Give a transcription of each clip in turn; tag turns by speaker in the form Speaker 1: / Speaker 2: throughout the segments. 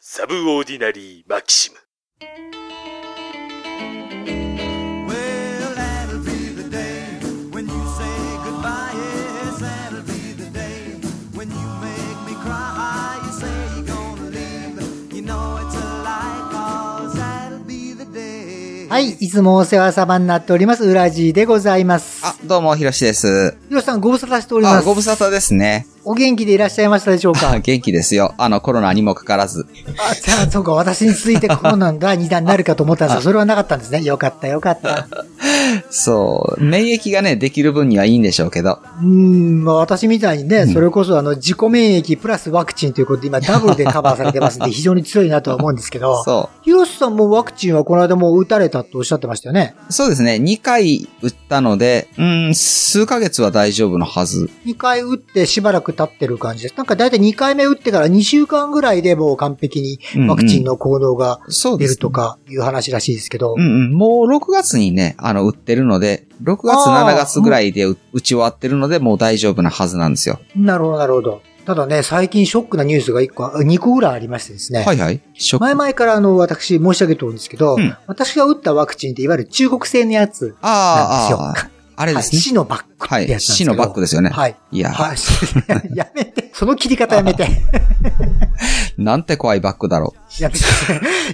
Speaker 1: サブオーディナリー・マキシム。
Speaker 2: Well, that'll be the day when you say goodbye. Yes, that'll be the day when you make me cry. You say you're gonna leave, you know it's a lie, cause that'll be the day.
Speaker 3: はい、いつもお世話様になっております、ウラジーでございます。
Speaker 4: あ、どうも、ひろしです。
Speaker 3: ヒロさん、ご無沙汰しておりま
Speaker 4: あ、
Speaker 3: す。
Speaker 4: ご無沙汰で すね。
Speaker 3: お元気でいらっしゃいましたでしょう
Speaker 4: あ
Speaker 3: か
Speaker 4: 元気ですよ。あの、コロナにもかからず。
Speaker 3: あ、じゃあ、そうか、私についてコロナの第2弾になるかと思ったんですが、それはなかったんですね。よかった、よかった。
Speaker 4: そう、免疫がね、できる分にはいいんでしょうけど。
Speaker 3: うーん、まあ私みたいにね、それこそあの、自己免疫プラスワクチンということで、今ダブルでカバーされてますん で、非常に強いなとは思うんですけど、
Speaker 4: そ
Speaker 3: ヒロシさんもワクチンはこの間もう打たれたとおっしゃってましたよね。
Speaker 4: う。そうですね。2回打ったので、うん、数ヶ月は大丈夫のはず。
Speaker 3: 2回打ってしばらく経ってる感じです。なんか大体2回目打ってから2週間ぐらいでもう完璧にワクチンの行動が
Speaker 4: そう
Speaker 3: 出
Speaker 4: で
Speaker 3: る
Speaker 4: す。
Speaker 3: とかいう話らしいですけど
Speaker 4: う、んうん。もう6月にね、あの、打ってるので、6月、
Speaker 3: あー
Speaker 4: 7月ぐらいで打打ち終わってるので、もう大丈夫なはずなんですよ。
Speaker 3: なるほど、なるほど。ただね、最近ショックなニュースが1個、2個ぐらいありましてですね。
Speaker 4: はいはい。ショッ
Speaker 3: 前
Speaker 4: ク
Speaker 3: 々からあの、私申し上げておるんですけど、
Speaker 4: うん
Speaker 3: 私が打ったワクチンっていわゆる中国製のやつ、
Speaker 4: あーあー、あーあれ
Speaker 3: は
Speaker 4: で
Speaker 3: い、
Speaker 4: すね。
Speaker 3: シノバック
Speaker 4: は
Speaker 3: ってやつなんで
Speaker 4: い。
Speaker 3: すけど。
Speaker 4: 死のバックですよね。
Speaker 3: はい。
Speaker 4: いや、
Speaker 3: はい。 やめて。その切り方やめて。
Speaker 4: なんて怖いバックだろう。
Speaker 3: やめて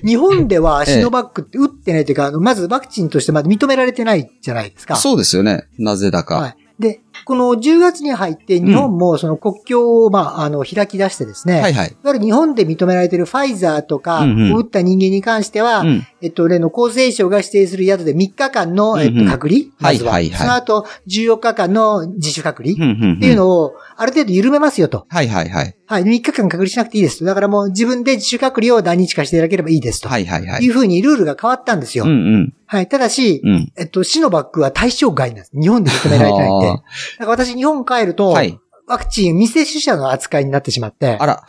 Speaker 3: 日本で はシノバックって打ってないというか、あのまずワクチンとしてまだ認められてないじゃないですか。
Speaker 4: そうですよね。なぜだか。
Speaker 3: はい。で、この10月に入って日本もその国境を、まあ、あの、開き出してですね。
Speaker 4: はい
Speaker 3: い。
Speaker 4: はい。
Speaker 3: わゆる日本で認められているファイザーとか、
Speaker 4: うんうん
Speaker 3: を打った人間に関しては、
Speaker 4: うん。
Speaker 3: えっと、例の厚生省が指定する宿で3日間の、えっ
Speaker 4: うんう
Speaker 3: と、
Speaker 4: ん
Speaker 3: 隔離、まずは。
Speaker 4: はいはいはい
Speaker 3: その後、14日間の自主隔離
Speaker 4: うんうんん
Speaker 3: っていうのを、ある程度緩めますよと。
Speaker 4: はいはいはい。
Speaker 3: はい、3日間隔離しなくていいですと。だからもう自分で自主隔離を何日かしていただければいいですと。。
Speaker 4: はいはいはいい。
Speaker 3: うふうにルールが変わったんですよ。
Speaker 4: うんうん。
Speaker 3: はい。ただし、
Speaker 4: うん。
Speaker 3: えっと、シノバックは対象外なんです。日本で認められてないんで。だ
Speaker 4: あ
Speaker 3: から私、日本帰る
Speaker 4: ー
Speaker 3: と、
Speaker 4: はい。
Speaker 3: ワクチン未接種者の扱いになってしまって
Speaker 4: あ、ら。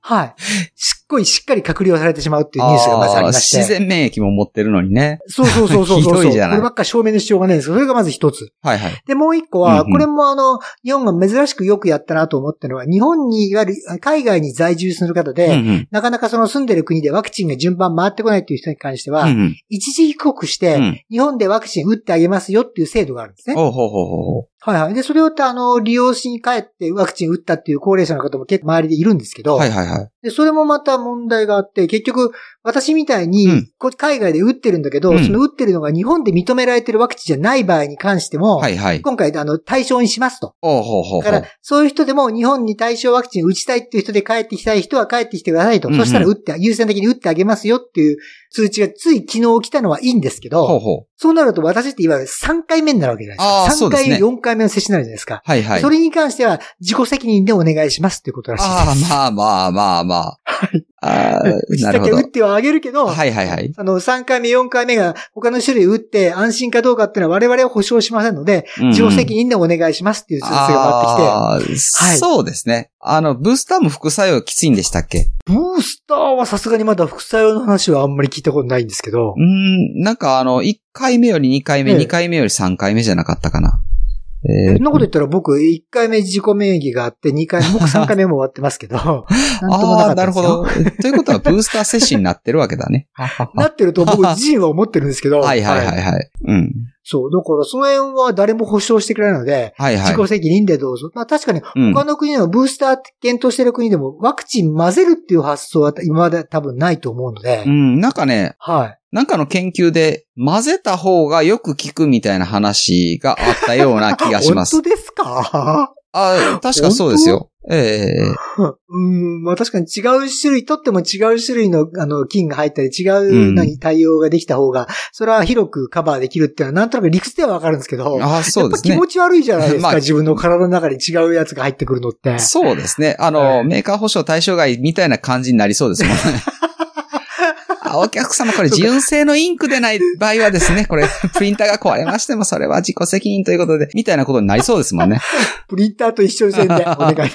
Speaker 3: はい。しっこいしっかり隔離をされてしまうっていうニュースがまずありまして。
Speaker 4: ー自然免疫も持ってるのにね。
Speaker 3: そうそうそうそうそう。
Speaker 4: ひどいじゃない
Speaker 3: こればっか証明の必要がないんですけどそれがまず一つ。
Speaker 4: はいはい。
Speaker 3: で、もう一個は、
Speaker 4: うんうん
Speaker 3: これもあの、日本が珍しくよくやったなと思ったのは、日本に、いわゆる海外に在住する方で、
Speaker 4: うんうん
Speaker 3: なかなかその住んでる国でワクチンが順番回ってこないという人に関しては、
Speaker 4: うんうん
Speaker 3: 一時帰国して、
Speaker 4: うん
Speaker 3: 日本でワクチン打ってあげますよっていう制度があるんですね。
Speaker 4: おうほうほうほうほ
Speaker 3: はいはい。で、それをあの、利用しに帰ってワクチン打ったっていう高齢者の方も結構周りでいるんですけど、
Speaker 4: う。はいはいはい。
Speaker 3: で、それもまた問題があって、結局、私みたい
Speaker 4: うん
Speaker 3: に、こ海外で打ってるんだけど、
Speaker 4: うん
Speaker 3: その打ってるのが日本で認められてるワクチンじゃない場合に関しても、
Speaker 4: はいはい。
Speaker 3: 今回、あの、対象にしますと。
Speaker 4: おうほうほ
Speaker 3: だ
Speaker 4: うほ
Speaker 3: か
Speaker 4: う
Speaker 3: ら。、そういう人でも日本に対象ワクチン打ちたいっていう人で帰ってきたい人は帰ってきてくださいと。
Speaker 4: うんうん
Speaker 3: そしたら打って、優先的に打ってあげますよっていう通知がつい昨日来たのはいいんですけ
Speaker 4: ほう
Speaker 3: ど、
Speaker 4: ほう。
Speaker 3: そうなると私っていわゆる3回目になるわけじゃないです
Speaker 4: あ
Speaker 3: か。
Speaker 4: ーそう
Speaker 3: 3
Speaker 4: です
Speaker 3: 回、
Speaker 4: ね
Speaker 3: 4回目の接種になるじゃないですか。
Speaker 4: はいはい。
Speaker 3: それに関しては自己責任でお願いしますっていうことらしいです。
Speaker 4: ああ、まあまあまあまあ。あ
Speaker 3: 打
Speaker 4: あ、
Speaker 3: ちだ
Speaker 4: なるほ
Speaker 3: け
Speaker 4: ど
Speaker 3: 打っ。てはあげるけど、
Speaker 4: はいはいはい。
Speaker 3: あの、3回目、4回目が他の種類打って安心かどうかっていうのは我々は保証しませんので、自己責
Speaker 4: 任
Speaker 3: 任でお願いしますっていう通知が回って
Speaker 4: ああー、
Speaker 3: はい
Speaker 4: そうですね。あの、ブースターも副作用きついんでしたっけ
Speaker 3: きて、ブースターはさすがにまだ副作用の話はあんまり聞いたことないんですけど
Speaker 4: う、ーん、なんかあの、1回目より2回目、
Speaker 3: ええ
Speaker 4: 2回目より3回目じゃなかったかな。え
Speaker 3: そ
Speaker 4: ー
Speaker 3: んなこと言ったら僕、1回目自己免疫があって、2回目、僕3回目も終わ ってますけど、なんともなか
Speaker 4: ああ、
Speaker 3: った
Speaker 4: な
Speaker 3: で
Speaker 4: る
Speaker 3: す
Speaker 4: ほ
Speaker 3: よ。
Speaker 4: ど。 ということは、ブースター接種になってるわけだ ね。
Speaker 3: なってると僕自身は思ってるんですけど、
Speaker 4: はいはいはいはい。うん。
Speaker 3: そう、だからその辺は誰も保証してくれないので、
Speaker 4: はいはい
Speaker 3: 自。己責任でどうぞ。まあ確かに
Speaker 4: うん
Speaker 3: 他の国でもブースター検討してる国でもワクチン混ぜるっていう発想は今まで多分ないと思うので、
Speaker 4: うん、なんかね、
Speaker 3: はい。
Speaker 4: なんかの研究で混ぜた方がよく効くみたいな話があったような気がします
Speaker 3: 本。当ですか
Speaker 4: あ確かそうですよ。ええ
Speaker 3: うん、まあ確かに違う種類、取っても違う種類のあの菌が入ったり違
Speaker 4: う
Speaker 3: うん何対応ができた方が、それは広くカバーできるっていうのはなんとなく理屈ではわかるんですけど、
Speaker 4: ああ、そうです
Speaker 3: やっ
Speaker 4: ね
Speaker 3: ぱ気持。ち悪いじゃないですか、
Speaker 4: まあ
Speaker 3: 自分の体の中に違うやつが入ってくるのって。
Speaker 4: そうで すね。あ
Speaker 3: は
Speaker 4: の、
Speaker 3: い
Speaker 4: メーカー保証対象外みたいな感じになりそうで すもんね。あお客様、これ純正のインクでない場合はですね、これ、プリンターが壊れましても、それは自己責任ということで、みたいなことになりそうです もんね。
Speaker 3: プリンターと一緒にせんで、お願いだ から。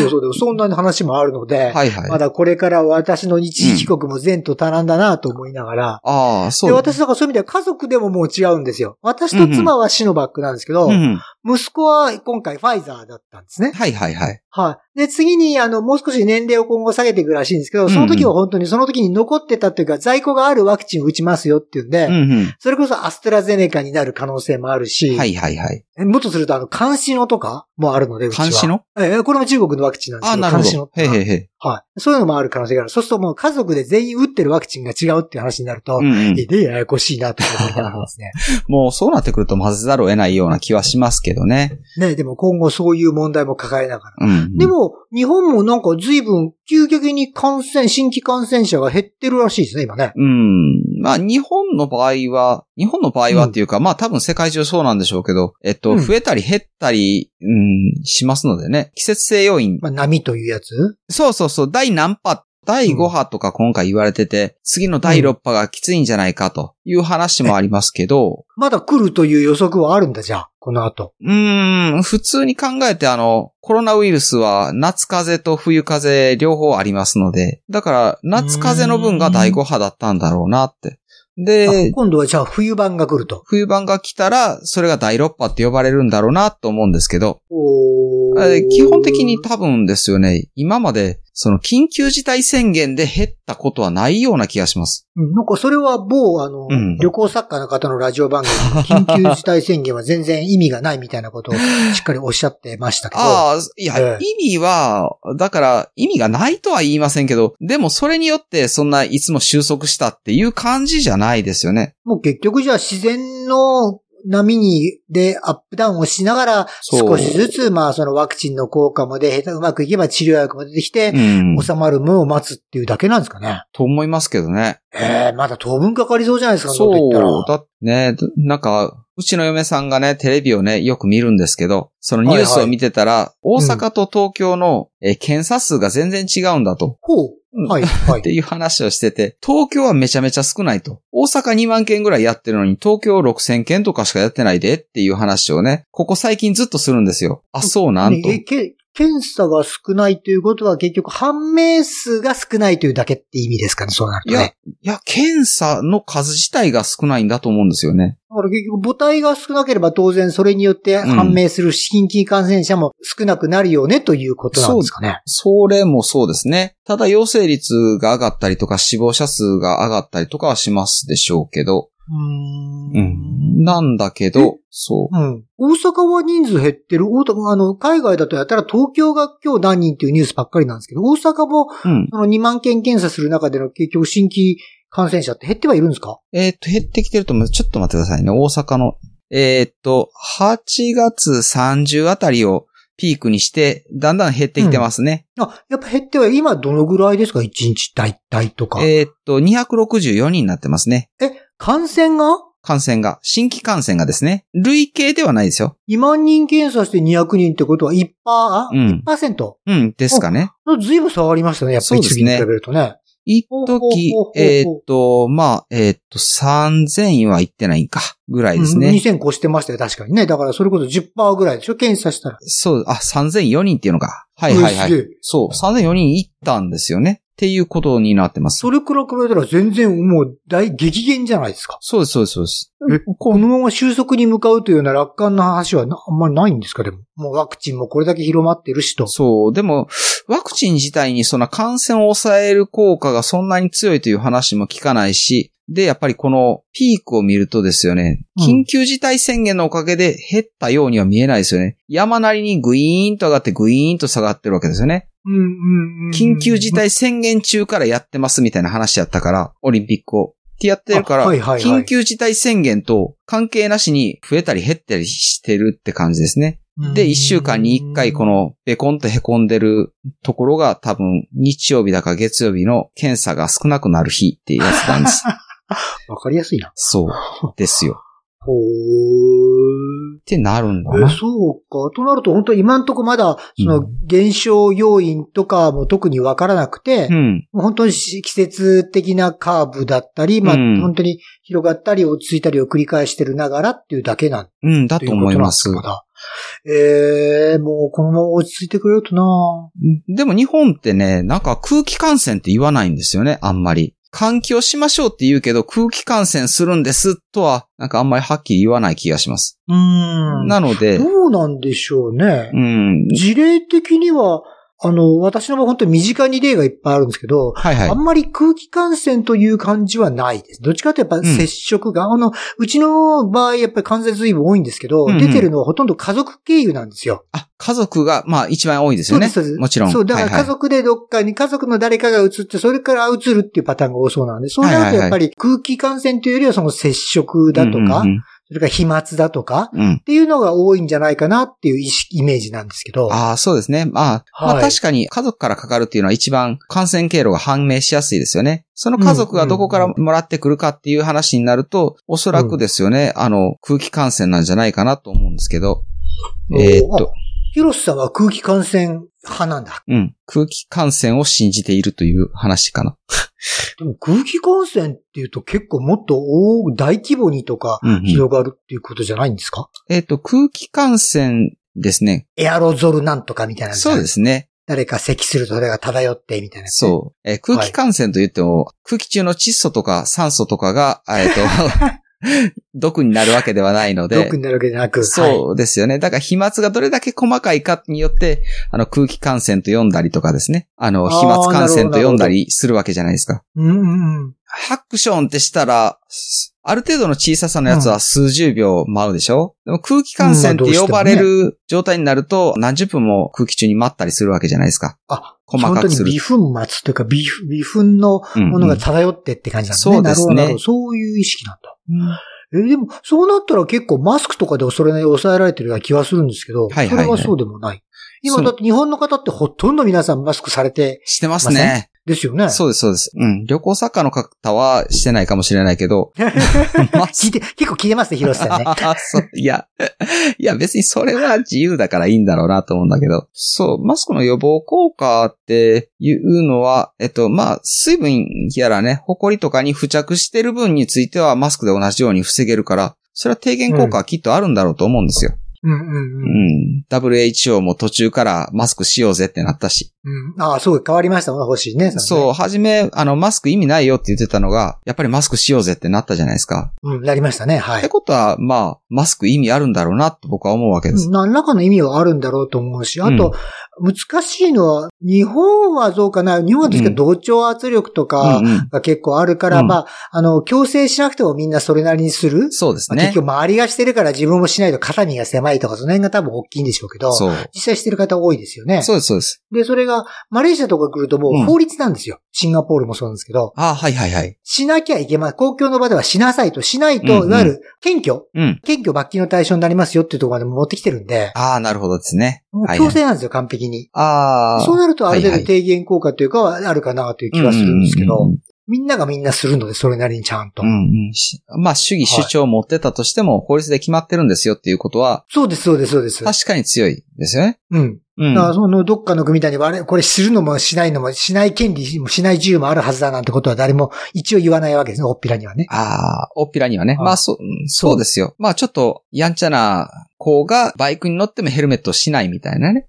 Speaker 3: そうそう、でもそんな話もあるので、
Speaker 4: はいはい。
Speaker 3: まだこれから私の一時帰国も前途多難だなと思いながら、
Speaker 4: ああ、そう。
Speaker 3: で、私だからそういう意味では家族でももう違うんですよ。私と妻はシノバックなんですけど、
Speaker 4: うん。
Speaker 3: 息子は今回ファイザーだったんですね。
Speaker 4: はいはいはい。
Speaker 3: はい。で、次に、あの、もう少し年齢を今後下げていくらしいんですけど、その時は本当にその時に残ってたというか、在庫があるワクチンを打ちますよっていうんで、
Speaker 4: うんうん。
Speaker 3: それこそアストラゼネカになる可能性もあるし、
Speaker 4: はいはいはい。
Speaker 3: もっとすると、あの、監視のとかもあるので、うちは。
Speaker 4: 監視の
Speaker 3: ええこれも中国のワクチンなんです
Speaker 4: あ、
Speaker 3: け
Speaker 4: な
Speaker 3: ど、
Speaker 4: る
Speaker 3: 監視
Speaker 4: ほ
Speaker 3: の
Speaker 4: ど。。へいへいへい。
Speaker 3: はい。そういうのもある可能性がある。そうするともう家族で全員打ってるワクチンが違うっていう話になると、
Speaker 4: うんうん
Speaker 3: えで、ややこしいなと思いながらです ね。
Speaker 4: もうそうなってくると混ぜざるを得ないような気はしますけどね。
Speaker 3: ね、でも今後そういう問題も抱えながら。
Speaker 4: うんうん。
Speaker 3: でも、日本もなんか随分、急激に感染、新規感染者が減ってるらしいですね、今ね。
Speaker 4: うん。まあ、日本の場合は、日本の場合はっていうか、まあ多分世界中そうなんでしょうけど、えっと、
Speaker 3: うん
Speaker 4: 増えたり減ったり、うん、しますのでね。季節性要因。
Speaker 3: まあ、波というやつ
Speaker 4: そうそうそう、第何波、第5波とか今回言われてて、次の第6波がきついんじゃないかという話もありますけど、
Speaker 3: まだ来るという予測はあるんだ、じゃあ、この後。
Speaker 4: うーん、普通に考えてあの、コロナウイルスは夏風邪と冬風邪両方ありますので、だから夏風邪の分が第5波だったんだろうなって。で
Speaker 3: あ、今度はじゃあ冬版が来ると。
Speaker 4: 冬版が来たら、それが第6波って呼ばれるんだろうなと思うんですけど、
Speaker 3: おー
Speaker 4: えー基本的に多分ですよね、今まで、その緊急事態宣言で減ったことはないような気がします。
Speaker 3: うんなんかそれは某、あの、
Speaker 4: うん
Speaker 3: 旅行作家の方のラジオ番組、 緊急事態宣言は全然意味がないみたいなことをしっかりおっしゃってましたけど。
Speaker 4: ああ、いや、
Speaker 3: ええ
Speaker 4: 意味は、だから、意味がないとは言いませんけど、でもそれによって、そんないつも収束したっていう感じじゃないですよね。
Speaker 3: もう結局じゃあ自然の波に、で、アップダウンをしながら、
Speaker 4: そ
Speaker 3: 少
Speaker 4: う
Speaker 3: しずつ、まあ、そのワクチンの効果もで、下手うまくいけば治療薬も出てきて
Speaker 4: う、ん。
Speaker 3: 収まるのを待つっていうだけなんですかね。
Speaker 4: と思いますけどね。
Speaker 3: ええまだ当分かかりそうじゃないですか、んなこと言ったら
Speaker 4: そう、だってね、なんか、うちの嫁さんがね、テレビをね、よく見るんですけど、そのニュースを見てたら、大阪と東京の、えー検査数が全然違うんだと。
Speaker 3: ほ
Speaker 4: うん
Speaker 3: う。はい、は
Speaker 4: っ
Speaker 3: い
Speaker 4: て。いう話をしてて、東京はめちゃめちゃ少ないと。大阪2万件ぐらいやってるのに、東京6000件とかしかやってないでっていう話をね、ここ最近ずっとするんですよ。あ、そうなんと。
Speaker 3: ねえけ検査が少ないということは結局判明数が少ないというだけって意味ですかね、そうなると
Speaker 4: いや、い
Speaker 3: ね。
Speaker 4: や、検査の数自体が少ないんだと思うんですよね。
Speaker 3: だから結局母体が少なければ当然それによって判明する新規感染者も少なくなるよねということなんですかね。
Speaker 4: それもそうですね。ただ陽性率が上がったりとか死亡者数が上がったりとかはしますでしょうけど。
Speaker 3: う
Speaker 4: う
Speaker 3: ー
Speaker 4: ん。
Speaker 3: ん。
Speaker 4: なんだけ
Speaker 3: え
Speaker 4: ど、そう。
Speaker 3: うん。大阪は人数減ってる。大阪あの、海外だとやったら東京が今日何人っていうニュースばっかりなんですけど、大阪も
Speaker 4: うん。
Speaker 3: その2万件検査する中での結局新規感染者って減ってはいるんですか
Speaker 4: えっ、と、減ってきてると思う。ちょっと待ってくださいね。大阪の。えっ、と、8月30あたりをピークにして、だんだん減ってきてますね。
Speaker 3: あ、やっぱ減っては、今どのぐらいですか ?1 日大体とか。え
Speaker 4: えっ、と、264人になってますね。
Speaker 3: 感染が
Speaker 4: 感染が。新規感染がですね。累計ではないですよ。
Speaker 3: 2万人検査して200人ってことは1%、
Speaker 4: うん。
Speaker 3: 1%?
Speaker 4: うん、ですかね。
Speaker 3: ずいぶん下がりましたね、やっぱ
Speaker 4: そう
Speaker 3: り
Speaker 4: です
Speaker 3: 1
Speaker 4: ね
Speaker 3: に比べるとね。
Speaker 4: 一
Speaker 3: ほうほうほう
Speaker 4: 時
Speaker 3: ほう、
Speaker 4: えっ、と、まあ、えっ、と、3000は行ってないか、ぐらいです
Speaker 3: うん
Speaker 4: ね。
Speaker 3: 2000越してましたよ、確かにね。だからそれこそ10%ぐらいでしょ検査したら。
Speaker 4: そう、あ、3004人っていうのか。はいはいは
Speaker 3: うんす
Speaker 4: い
Speaker 3: げえ。
Speaker 4: そう、3004人行ったんですよね。っていうことになってます。
Speaker 3: それくらい比べたら全然もう大激減じゃないですか。
Speaker 4: そうです、そうです、そうです。
Speaker 3: このまま収束に向かうというような楽観の話はなあんまりないんですかでも。もうワクチンもこれだけ広まってるしと。
Speaker 4: そう。でも、ワクチン自体にそんな感染を抑える効果がそんなに強いという話も聞かないし、で、やっぱりこのピークを見るとですよね、
Speaker 3: うん
Speaker 4: 緊急事態宣言のおかげで減ったようには見えないですよね。山なりにグイーンと上がってグイーンと下がってるわけですよね。
Speaker 3: うんうんうん
Speaker 4: 緊急事態宣言中からやってますみたいな話やったから、オリンピックを。ってやってるから、
Speaker 3: あはいはいはい
Speaker 4: 緊急事態宣言と関係なしに増えたり減ったりしてるって感じですね。で、一週間に一回このベコンと凹んでるところが多分日曜日だか月曜日の検査が少なくなる日っていうやつなん です。
Speaker 3: わかりやすいな。
Speaker 4: そうですよ。
Speaker 3: ほー。
Speaker 4: ってなるんだ
Speaker 3: え
Speaker 4: な。
Speaker 3: そうか。となると、本当に今んとこまだ、そうの、減少要因とかも特にわからなくて
Speaker 4: う、ん。
Speaker 3: 本当に季節的なカーブだったり、まあ、
Speaker 4: うん
Speaker 3: 本当に広がったり落ち着いたりを繰り返してるながらっていうだけなん
Speaker 4: うん、だ
Speaker 3: て
Speaker 4: と
Speaker 3: いうこと
Speaker 4: 思
Speaker 3: ないんで
Speaker 4: ますす
Speaker 3: か。まだ。ええもうこのまま落ち着いてくれるとな
Speaker 4: でも日本ってね、なんか空気感染って言わないんですよね、あんまり。換気をしましょうって言うけど、空気感染するんですとは、なんかあんまりはっきり言わない気がします。
Speaker 3: うーん。
Speaker 4: なので
Speaker 3: ど、うなんでしょうね
Speaker 4: う。ん。
Speaker 3: 事例的には、あの、私の場合本当に身近に例がいっぱいあるんですけど、
Speaker 4: はいはい
Speaker 3: あん。まり空気感染という感じはないです。どっちかというとやっぱ接触が、あの、うちの場合やっぱり感染随分多いんですけど、
Speaker 4: うんうん
Speaker 3: 出てるのはほとんど家族経由なんですよ。
Speaker 4: あ、家族が、まあ一番多いですよね。
Speaker 3: そうですそうです
Speaker 4: もちろん。
Speaker 3: そう、だから
Speaker 4: はいは
Speaker 3: 家
Speaker 4: い
Speaker 3: 族でどっかに、家族の誰かが移って、それから移るっていうパターンが多そうなんで、そうなるとやっぱり空気感染というよりはその接触だとか
Speaker 4: う、ん
Speaker 3: それから飛沫だとか、っ
Speaker 4: うんうんうん
Speaker 3: ていうのが多いんじゃないかなっていう意識、イメージなんですけど。
Speaker 4: ああ、そうですね。まあ、
Speaker 3: は
Speaker 4: ま
Speaker 3: い
Speaker 4: あ確かに家族からかかるっていうのは一番感染経路が判明しやすいですよね。その家族がどこからもらってくるかっていう話になると、おそらくですよね、あの、空気感染なんじゃないかなと思うんですけど。えーっと、
Speaker 3: ヒロスさんは空気感染派なんだ。
Speaker 4: うん。空気感染を信じているという話かな。
Speaker 3: でも空気感染っていうと結構もっと大大規模にとか
Speaker 4: うんうん
Speaker 3: 広がるっていうことじゃないんですか、
Speaker 4: えーっと、空気感染ですね。
Speaker 3: エアロゾルなんとかみたいなのじゃ
Speaker 4: そ
Speaker 3: な
Speaker 4: う
Speaker 3: い
Speaker 4: ですね。
Speaker 3: 誰か咳するとそれが漂ってみたいなやつね、
Speaker 4: そう。えー空気感染と言っても、空気中の窒素とか酸素とかが、えっと、 毒になるわけではないので。
Speaker 3: 毒になるわけじゃなく。はい
Speaker 4: そうですよね。だから飛沫がどれだけ細かいかによって、あの空気感染と読んだりとかですね。あの、
Speaker 3: あー
Speaker 4: 飛沫感染と読んだ
Speaker 3: なる
Speaker 4: りするわけじゃないですか。
Speaker 3: うんうんうん。
Speaker 4: ハックションってしたら、ある程度の小ささのやつは数十秒舞うでしょ、でも空気感染って呼ばれる状態になると、何十分も空気中に舞ったりするわけじゃないですか。
Speaker 3: あ、
Speaker 4: 細か
Speaker 3: 本当
Speaker 4: く
Speaker 3: に
Speaker 4: する
Speaker 3: 微。粉末というか微、微粉の
Speaker 4: うんうん
Speaker 3: ものが漂ってって感じなんだね。
Speaker 4: そうです
Speaker 3: なるほど
Speaker 4: ね
Speaker 3: なるほど。そういう意識なんだ。え、でも、そうなったら結構マスクとかでそれなりに抑えられてるような気はするんですけど、
Speaker 4: はいはいは
Speaker 3: それ
Speaker 4: い
Speaker 3: はそうでもない。今
Speaker 4: そう
Speaker 3: だって日本の方ってほとんど皆さんマスクされて、
Speaker 4: してます
Speaker 3: ませ
Speaker 4: ね。
Speaker 3: ですよね。
Speaker 4: そうです、そうです。うん。旅行作家の方はしてないかもしれないけど。まあ
Speaker 3: 聞いて、結構聞いてますね、広瀬さんね。
Speaker 4: あそういや、いや別にそれは自由だからいいんだろうなと思うんだけど。そう、マスクの予防効果っていうのは、えっと、まあ、水分やらね、埃とかに付着してる分についてはマスクで同じように防げるから、それは低減効果はきっとあるんだろうと思うんですよ。
Speaker 3: うんう
Speaker 4: う
Speaker 3: んうん。
Speaker 4: ん。WHO も途中からマスクしようぜってなったし。
Speaker 3: うん、ああ、そう、変わりましたもんね、欲しいね。
Speaker 4: そう、はじめ、あの、マスク意味ないよって言ってたのが、やっぱりマスクしようぜってなったじゃないですか。
Speaker 3: う。うん、なりましたね、は
Speaker 4: って
Speaker 3: い。
Speaker 4: ことは、まあ、マスク意味あるんだろうなと僕は思うわけです。
Speaker 3: 何らかの意味はあるんだろうと思うし、あと、難しいのは、日本はどうかな、日本は確か同調圧力とか
Speaker 4: うんうん
Speaker 3: が結構あるから、
Speaker 4: うん
Speaker 3: まあ、あの、強制しなくてもみんなそれなりにする。
Speaker 4: そうです
Speaker 3: まあ
Speaker 4: ね
Speaker 3: 結。局周りがしてるから自分もしないと肩身が狭いとか、その辺が多分大きいんでしょうけど、
Speaker 4: そう。
Speaker 3: 実際してる方多いですよね。
Speaker 4: そうです、そうです。
Speaker 3: で、それが、マレーシアとか来るともううん法律なんですよ。シンガポールもそうなんですけど、
Speaker 4: あはいはいはい。
Speaker 3: しなきゃいけま、公共の場ではしなさいと、しないと、
Speaker 4: うんうん
Speaker 3: いわゆる、検挙、
Speaker 4: うん。
Speaker 3: 検挙罰金の対象になりますよっていうところまで持ってきてるんで、
Speaker 4: ああ、なるほどですね。
Speaker 3: もう
Speaker 4: はい、
Speaker 3: 強
Speaker 4: はい。
Speaker 3: 制なんですよ、完璧に。
Speaker 4: ああ。
Speaker 3: そうなるとある程
Speaker 4: はい
Speaker 3: 度
Speaker 4: は
Speaker 3: 低
Speaker 4: い
Speaker 3: 減効果というかはあるかなという気はするんですけ
Speaker 4: うんう
Speaker 3: ど
Speaker 4: んうん、
Speaker 3: みんながみんなするので、それなりにちゃんと
Speaker 4: う。んうんしまあ、主義主張を持ってたとしても、法律で決まってるんですよっていうことは、
Speaker 3: そうです、そうです、そうです。
Speaker 4: 確かに強いですよね。
Speaker 3: うん。
Speaker 4: うん。
Speaker 3: だからそのどっかの国みたいに我々、これするのもしないのも、しない権利もしない自由もあるはずだなんてことは誰も一応言わないわけですね、おっぴらにはね。
Speaker 4: ああ、おっぴらにはね。
Speaker 3: はい
Speaker 4: まあ、そう、うんそうですよ。まあ、ちょっと、やんちゃな子がバイクに乗ってもヘルメットをしないみたいなね。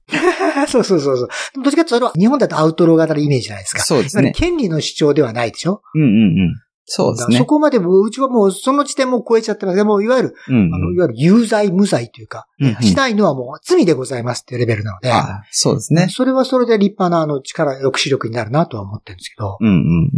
Speaker 3: そうそうそうそう。でもどっちかっていうとそれは日本だとアウトロー型のイメージじゃないですか。
Speaker 4: そうです
Speaker 3: つまり
Speaker 4: ね。
Speaker 3: 権利の主張ではないでしょ
Speaker 4: うんうんうん。そうです
Speaker 3: だからそ
Speaker 4: ね。
Speaker 3: こまでもう、うちはもうその時点もう超えちゃってますね。もういわゆる、
Speaker 4: うん
Speaker 3: あの、
Speaker 4: う
Speaker 3: い
Speaker 4: ん。
Speaker 3: わゆる有罪無罪というか、
Speaker 4: うんうん
Speaker 3: しないのはもう罪でございますっていうレベルなので、
Speaker 4: ああそうですね。
Speaker 3: それはそれで立派なあの力、抑止力になるなとは思ってるんですけど、
Speaker 4: うんうんうんうん。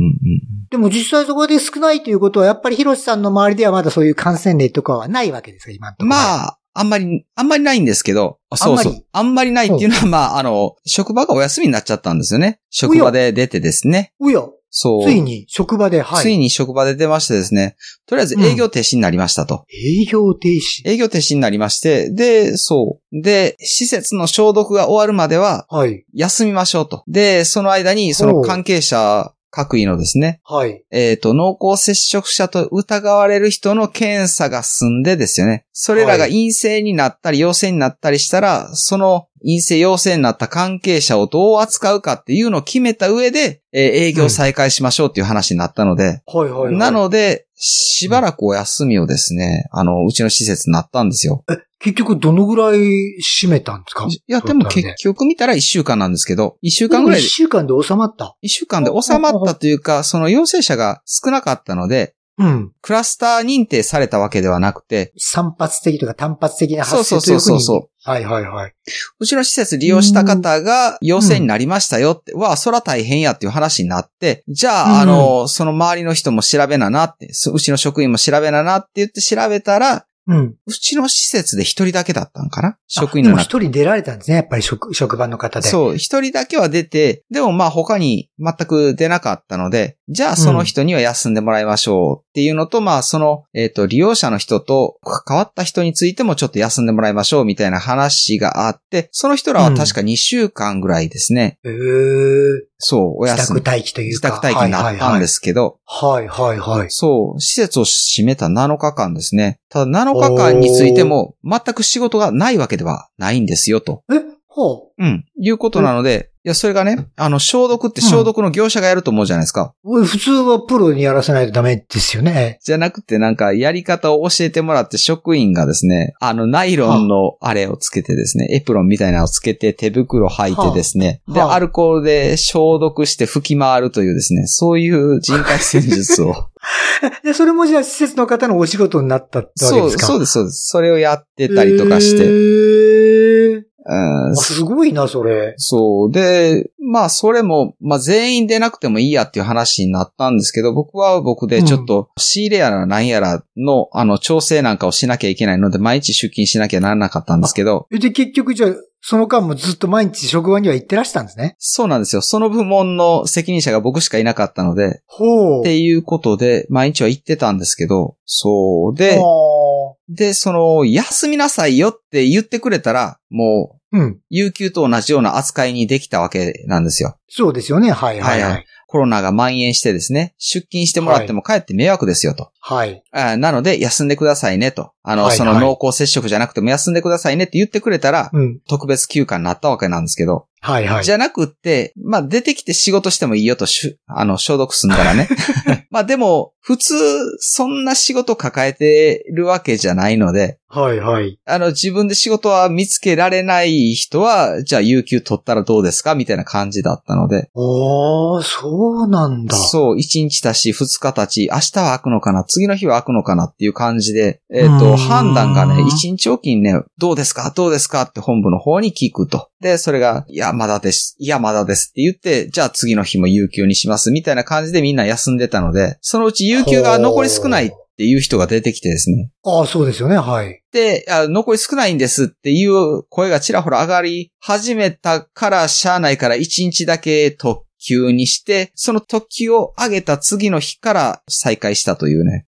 Speaker 3: でも実際そこで少ないということは、やっぱり広瀬さんの周りではまだそういう感染例とかはないわけですよ、今のところ。あ。
Speaker 4: まあ、あんまり、あんまりないんですけど、そうそ
Speaker 3: あんまり
Speaker 4: う。あんまりないっていうのは、まあ、あの、職場がお休みになっちゃったんですよね。職場で出てですね。
Speaker 3: おや、
Speaker 4: そう。
Speaker 3: ついに職場で、はい。
Speaker 4: ついに職場で出ましてですね。とりあえず営業停止になりましたと。
Speaker 3: 営業停止。
Speaker 4: 営業停止になりまして、で、そう。で、施設の消毒が終わるまでは
Speaker 3: はい。
Speaker 4: 休みましょうと。で、その間に、その関係者各位のですね、
Speaker 3: はい。
Speaker 4: えっ、と、濃厚接触者と疑われる人の検査が済んでですよね。それらが
Speaker 3: はい
Speaker 4: 陰性になったり陽性になったりしたら、その陰性陽性になった関係者をどう扱うかっていうのを決めた上で、えー営業再開しましょうっていう話になったので、
Speaker 3: はいはい、はい。
Speaker 4: なので、しばらくお休みをですね、あの、うちの施設になったんですよ。
Speaker 3: 結局どのぐらい締めたんですか
Speaker 4: いや、でも結局見たら1週間なんですけど、1週間ぐらい
Speaker 3: 1
Speaker 4: で、
Speaker 3: 週間で収まった。
Speaker 4: 1週間で収まったというか、その陽性者が少なかったので、
Speaker 3: うん。
Speaker 4: クラスター認定されたわけではなくて、
Speaker 3: 散発的とか単発的な発生というふうに。。
Speaker 4: そうそうそうそう
Speaker 3: はいはいはい。
Speaker 4: うちの施設利用した方が陽性になりましたよって、わあ、そら大変やっていう話になって、じゃあ、あの、その周りの人も調べななって、そうちの職員も調べななって言って調べたら、
Speaker 3: うん。
Speaker 4: うちの施設で一人だけだったんかな職員
Speaker 3: で
Speaker 4: の
Speaker 3: も
Speaker 4: 中
Speaker 3: 一人出られたんですね、やっぱり職職場の方で。
Speaker 4: そう、一人だけは出て、でもまあ他に全く出なかったので、じゃあその人には休んでもらいましょうっていうのと、まあその、えっ、と、利用者の人と関わった人についてもちょっと休んでもらいましょうみたいな話があって、その人らは確か2週間ぐらいですね。
Speaker 3: へー
Speaker 4: そう、お
Speaker 3: 自
Speaker 4: 休
Speaker 3: 宅
Speaker 4: み。
Speaker 3: 待機という
Speaker 4: 自
Speaker 3: か。。
Speaker 4: 宅待機になったんですすけど、
Speaker 3: はいはいはい。
Speaker 4: そう、施設を閉めた7日間ですね。ただ7日間についても全く仕事がないわけではないんですよと。
Speaker 3: え、ほ
Speaker 4: うん。いうことなので、いや、それがね、あの、消毒って消毒の業者がやると思うじゃないですか。
Speaker 3: う。普通はプロにやらせないとダメですよね。
Speaker 4: じゃなくて、なんか、やり方を教えてもらって、職員がですね、あの、ナイロンのあれをつけてですね、エプロンみたいなのをつけて、手袋履いてですね、
Speaker 3: はあ
Speaker 4: で、
Speaker 3: はあ
Speaker 4: アルコールで消毒して吹き回るというですね、そういう人海戦 術を。
Speaker 3: で、それもじゃあ施設の方のお仕事になったってわけ
Speaker 4: そ
Speaker 3: で
Speaker 4: う、
Speaker 3: すか
Speaker 4: そう
Speaker 3: う、
Speaker 4: です、そうです。それをやってたりとかして、
Speaker 3: へー
Speaker 4: うん
Speaker 3: あ、すごいな、それ。
Speaker 4: そう。で、まあ、それも、まあ、全員出なくてもいいやっていう話になったんですけど、僕は僕でちょっと、仕入れやらなんやらの、あの、調整なんかをしなきゃいけないので、毎日出勤しなきゃならなかったんですけど、
Speaker 3: えで、結局じゃあ、その間もずっと毎日職場には行ってらしたんですね。
Speaker 4: そうなんですよ。その部門の責任者が僕しかいなかったので、
Speaker 3: ほう。
Speaker 4: っていうことで、毎日は行ってたんですけど、そう。で、
Speaker 3: は
Speaker 4: で、その、休みなさいよって言ってくれたら、もう、
Speaker 3: あうん。
Speaker 4: 有給と同じような扱いにできたわけなんですよ。
Speaker 3: そうですよね。はいはい
Speaker 4: はい
Speaker 3: は。
Speaker 4: はいコロナが蔓延してですね、出勤してもらっても帰って迷惑ですよと。
Speaker 3: はい。
Speaker 4: あーなので、休んでくださいねと。あの、
Speaker 3: はいはい
Speaker 4: その濃厚接触じゃなくても休んでくださいねって言ってくれたら、
Speaker 3: うん。
Speaker 4: 特別休暇になったわけなんですけど、
Speaker 3: はいはい。
Speaker 4: じゃなくって、まあ、出てきて仕事してもいいよと、しゅあの、消毒すん だらね。まあ、でも、普通、そんな仕事抱えてるわけじゃないので、
Speaker 3: はいはい。
Speaker 4: あの、自分で仕事は見つけられない人は、じゃあ、有給取ったらどうですかみたいな感じだったので、
Speaker 3: ああ、そうなんだ。
Speaker 4: そう、1日足し、2日経ち、明日は開くのかな、次の日は開くのかなっていう感じで、えっ、
Speaker 3: うーん
Speaker 4: と、判断がね、1日おきにね、どうですかどうですかって本部の方に聞くと。で、それが、いや、まだです。いや、まだですって言って、じゃあ次の日も有給にします、みたいな感じでみんな休んでたので、そのうち有給が残り少ないっていう人が出てきてですね。
Speaker 3: ああ、そうですよね。はい。
Speaker 4: で、あ残り少ないんですっていう声がちらほら上がり始めたから、しゃあないから1日だけ特急にして、その特急を上げた次の日から再開したというね。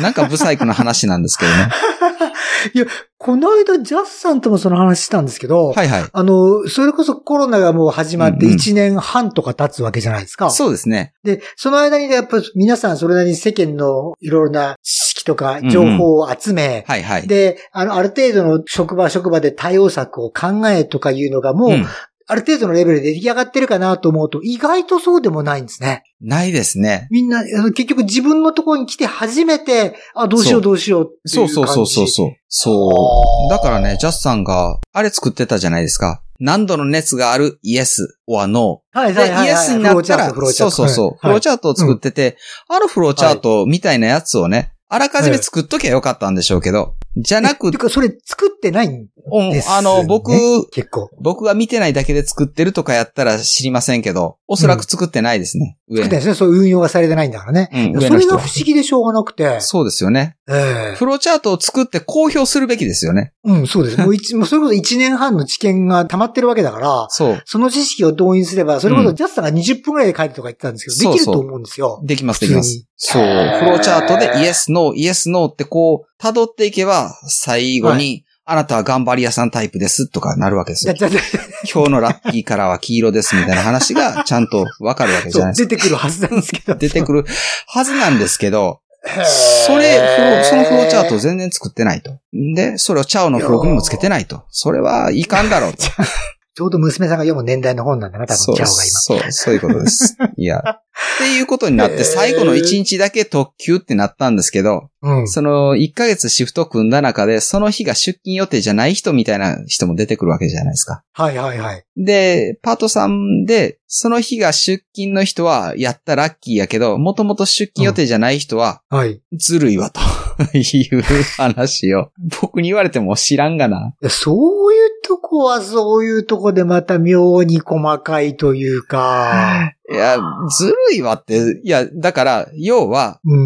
Speaker 4: なんか不細工な話なんですけど ね。
Speaker 3: この間、ジャスさんともその話したんですけど、
Speaker 4: はいはい。
Speaker 3: あの、それこそコロナがもう始まって
Speaker 4: うんうん
Speaker 3: 1年半とか経つわけじゃないですか。
Speaker 4: そうですね。
Speaker 3: で、その間にやっぱ皆さんそれなりに世間のいろいろな知識とか情報を集め、
Speaker 4: はいはい。
Speaker 3: で、あの、ある程度の職場職場で対応策を考えとかいうのがもう、
Speaker 4: うん、
Speaker 3: ある程度のレベルで出来上がってるかなと思うと、意外とそうでもないんですね。
Speaker 4: ないですね。
Speaker 3: みんな、あの結局自分のところに来て初めて、あ、どうしよ
Speaker 4: そう
Speaker 3: うどうしようってい
Speaker 4: そ
Speaker 3: 感
Speaker 4: うう
Speaker 3: じ。
Speaker 4: そうそうそうそう。そう。だからね、ジャスさんが、あれ作ってたじゃないですか。何度の熱があるイエス or ノー。
Speaker 3: はい
Speaker 4: で
Speaker 3: はいはいはい。
Speaker 4: イエスになったら、
Speaker 3: フローチ
Speaker 4: そ
Speaker 3: ャ
Speaker 4: う
Speaker 3: ート
Speaker 4: そうそう、フ
Speaker 3: フ
Speaker 4: ロ
Speaker 3: ロ
Speaker 4: ー
Speaker 3: ーチ
Speaker 4: チャートを作ってて、あるフローチャートみたいなやつをね、あらかじめ作っときゃよかったんでしょうけど、じゃ
Speaker 3: ャートはい
Speaker 4: なく
Speaker 3: えて、か、それ作ってないん
Speaker 4: うん
Speaker 3: です
Speaker 4: あの、僕、
Speaker 3: 結構。
Speaker 4: 僕が見てないだけで作ってるとかやったら知りませんけど、おそらく作ってないですね、上
Speaker 3: 作ってないですね。そういう運用がされてないんだからね。
Speaker 4: うん、上
Speaker 3: そ
Speaker 4: の
Speaker 3: れ
Speaker 4: 人
Speaker 3: が
Speaker 4: は
Speaker 3: 不。思議でしょうがなくて。
Speaker 4: そうですよね。
Speaker 3: ええ
Speaker 4: フローチャートを作って公表するべきですよね。
Speaker 3: うん、そうです。もう 一、もうそれこそ1年半の知見が溜まってるわけだから、
Speaker 4: そう。
Speaker 3: その知識を動員すれば、それこ
Speaker 4: う
Speaker 3: そ
Speaker 4: ん
Speaker 3: ジャスさんが20分くらいで書いてとか言ってたんですけど、
Speaker 4: そう
Speaker 3: できる
Speaker 4: そう
Speaker 3: と思うんですよ。
Speaker 4: できます、できま
Speaker 3: 普通
Speaker 4: す
Speaker 3: に。
Speaker 4: そう。フローチャートでイエス、ノー、イエス、ノーってこう、辿っていけば、最後に、
Speaker 3: は
Speaker 4: あなたは頑張り屋さんタイプですとかなるわけです
Speaker 3: じゃ
Speaker 4: よ。
Speaker 3: じゃじゃ
Speaker 4: 今日のラッキーカラーは黄色ですみたいな話がちゃんとわかるわけじゃ
Speaker 3: そ
Speaker 4: な
Speaker 3: う
Speaker 4: い、です
Speaker 3: 出てくるはずなんですけど。
Speaker 4: か。出てくるはずなんですけど、
Speaker 3: へー
Speaker 4: それ、フローそのフローチャートを全然作ってないと。で、それをチャオのフログにもつけてないと。それはいかん だろうと。
Speaker 3: ちょうど娘さんが読む年代の本なんだな、多分、
Speaker 4: そう
Speaker 3: チャオが今。
Speaker 4: そう、そういうことです。いや、っていうことになっ
Speaker 3: へー
Speaker 4: て、最後の1日だけ特急ってなったんですけど、
Speaker 3: うん。
Speaker 4: その1ヶ月シフト組んだ中で、その日が出勤予定じゃない人みたいな人も出てくるわけじゃないですか。
Speaker 3: はいはいはい。
Speaker 4: で、パートさんで、その日が出勤の人は、やったラッキーやけど、もともと出勤予定じゃない人は、
Speaker 3: はい。い
Speaker 4: ずるいわ、と いう話を、僕に言われても知らんがな。
Speaker 3: やそういうとこはそういうとこでまた妙に細かいというか、
Speaker 4: いや、ずるいわって、いや、だから、要は、
Speaker 3: う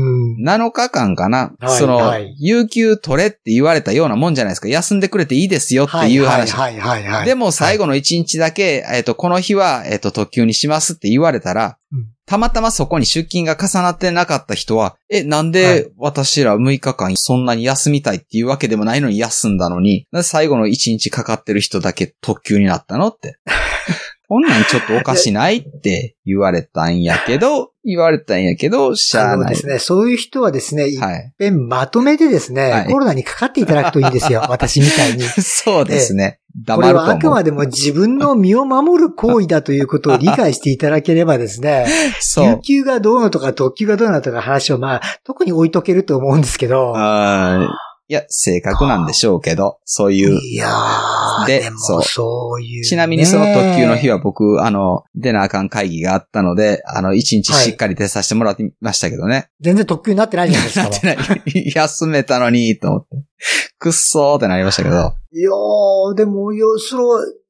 Speaker 3: ん。
Speaker 4: 7日間かな、
Speaker 3: はい
Speaker 4: その、
Speaker 3: はい
Speaker 4: 有給取れって言われたようなもんじゃないですか。休んでくれていいですよっていう話。
Speaker 3: はいはいはいはいはい。
Speaker 4: でも最後の1日だけ、えっと、この日は、えっと、特急にしますって言われたら、
Speaker 3: うん
Speaker 4: たまたまそこに出勤が重なってなかった人は、え、なん
Speaker 3: はい
Speaker 4: で私ら6日間そんなに休みたいっていうわけでもないのに休んだのに、なんで最後の1日かかってる人だけ特急になったのって。 こんなんちょっとおかしないって言われたんやけど、言われたんやけど、しゃ
Speaker 3: あ
Speaker 4: あ
Speaker 3: の
Speaker 4: な
Speaker 3: で
Speaker 4: い。
Speaker 3: すね、そういう人はですね、いっ
Speaker 4: はい。
Speaker 3: ぺんまとめてですね、
Speaker 4: はい
Speaker 3: コロナにかかっていただくといいんです よ。私みたいに。
Speaker 4: そうですね。
Speaker 3: こ
Speaker 4: 黙
Speaker 3: れ
Speaker 4: る
Speaker 3: はあ
Speaker 4: と
Speaker 3: く
Speaker 4: 思う
Speaker 3: ま。でも自分の身を守る行為だということを理解していただければですね、
Speaker 4: そ
Speaker 3: 有
Speaker 4: う。
Speaker 3: 給がどうのとか特急がどうのとか話をまあ、特に置いとけると思うんですけど、
Speaker 4: あーいや、正確なんでしょうけど、そういう
Speaker 3: いやー、
Speaker 4: で
Speaker 3: でも
Speaker 4: そう
Speaker 3: そういう、
Speaker 4: ちなみにその特急の日
Speaker 3: は、
Speaker 4: は僕、あの、出なあかん会議があったので、あの、一日しっかり出させてもらってましたけどね。
Speaker 3: 全然特急になってないじゃないですか。
Speaker 4: なってない。休めたのに、と思って。くっそーってなりましたけど。
Speaker 3: いやー、でも、よ、その、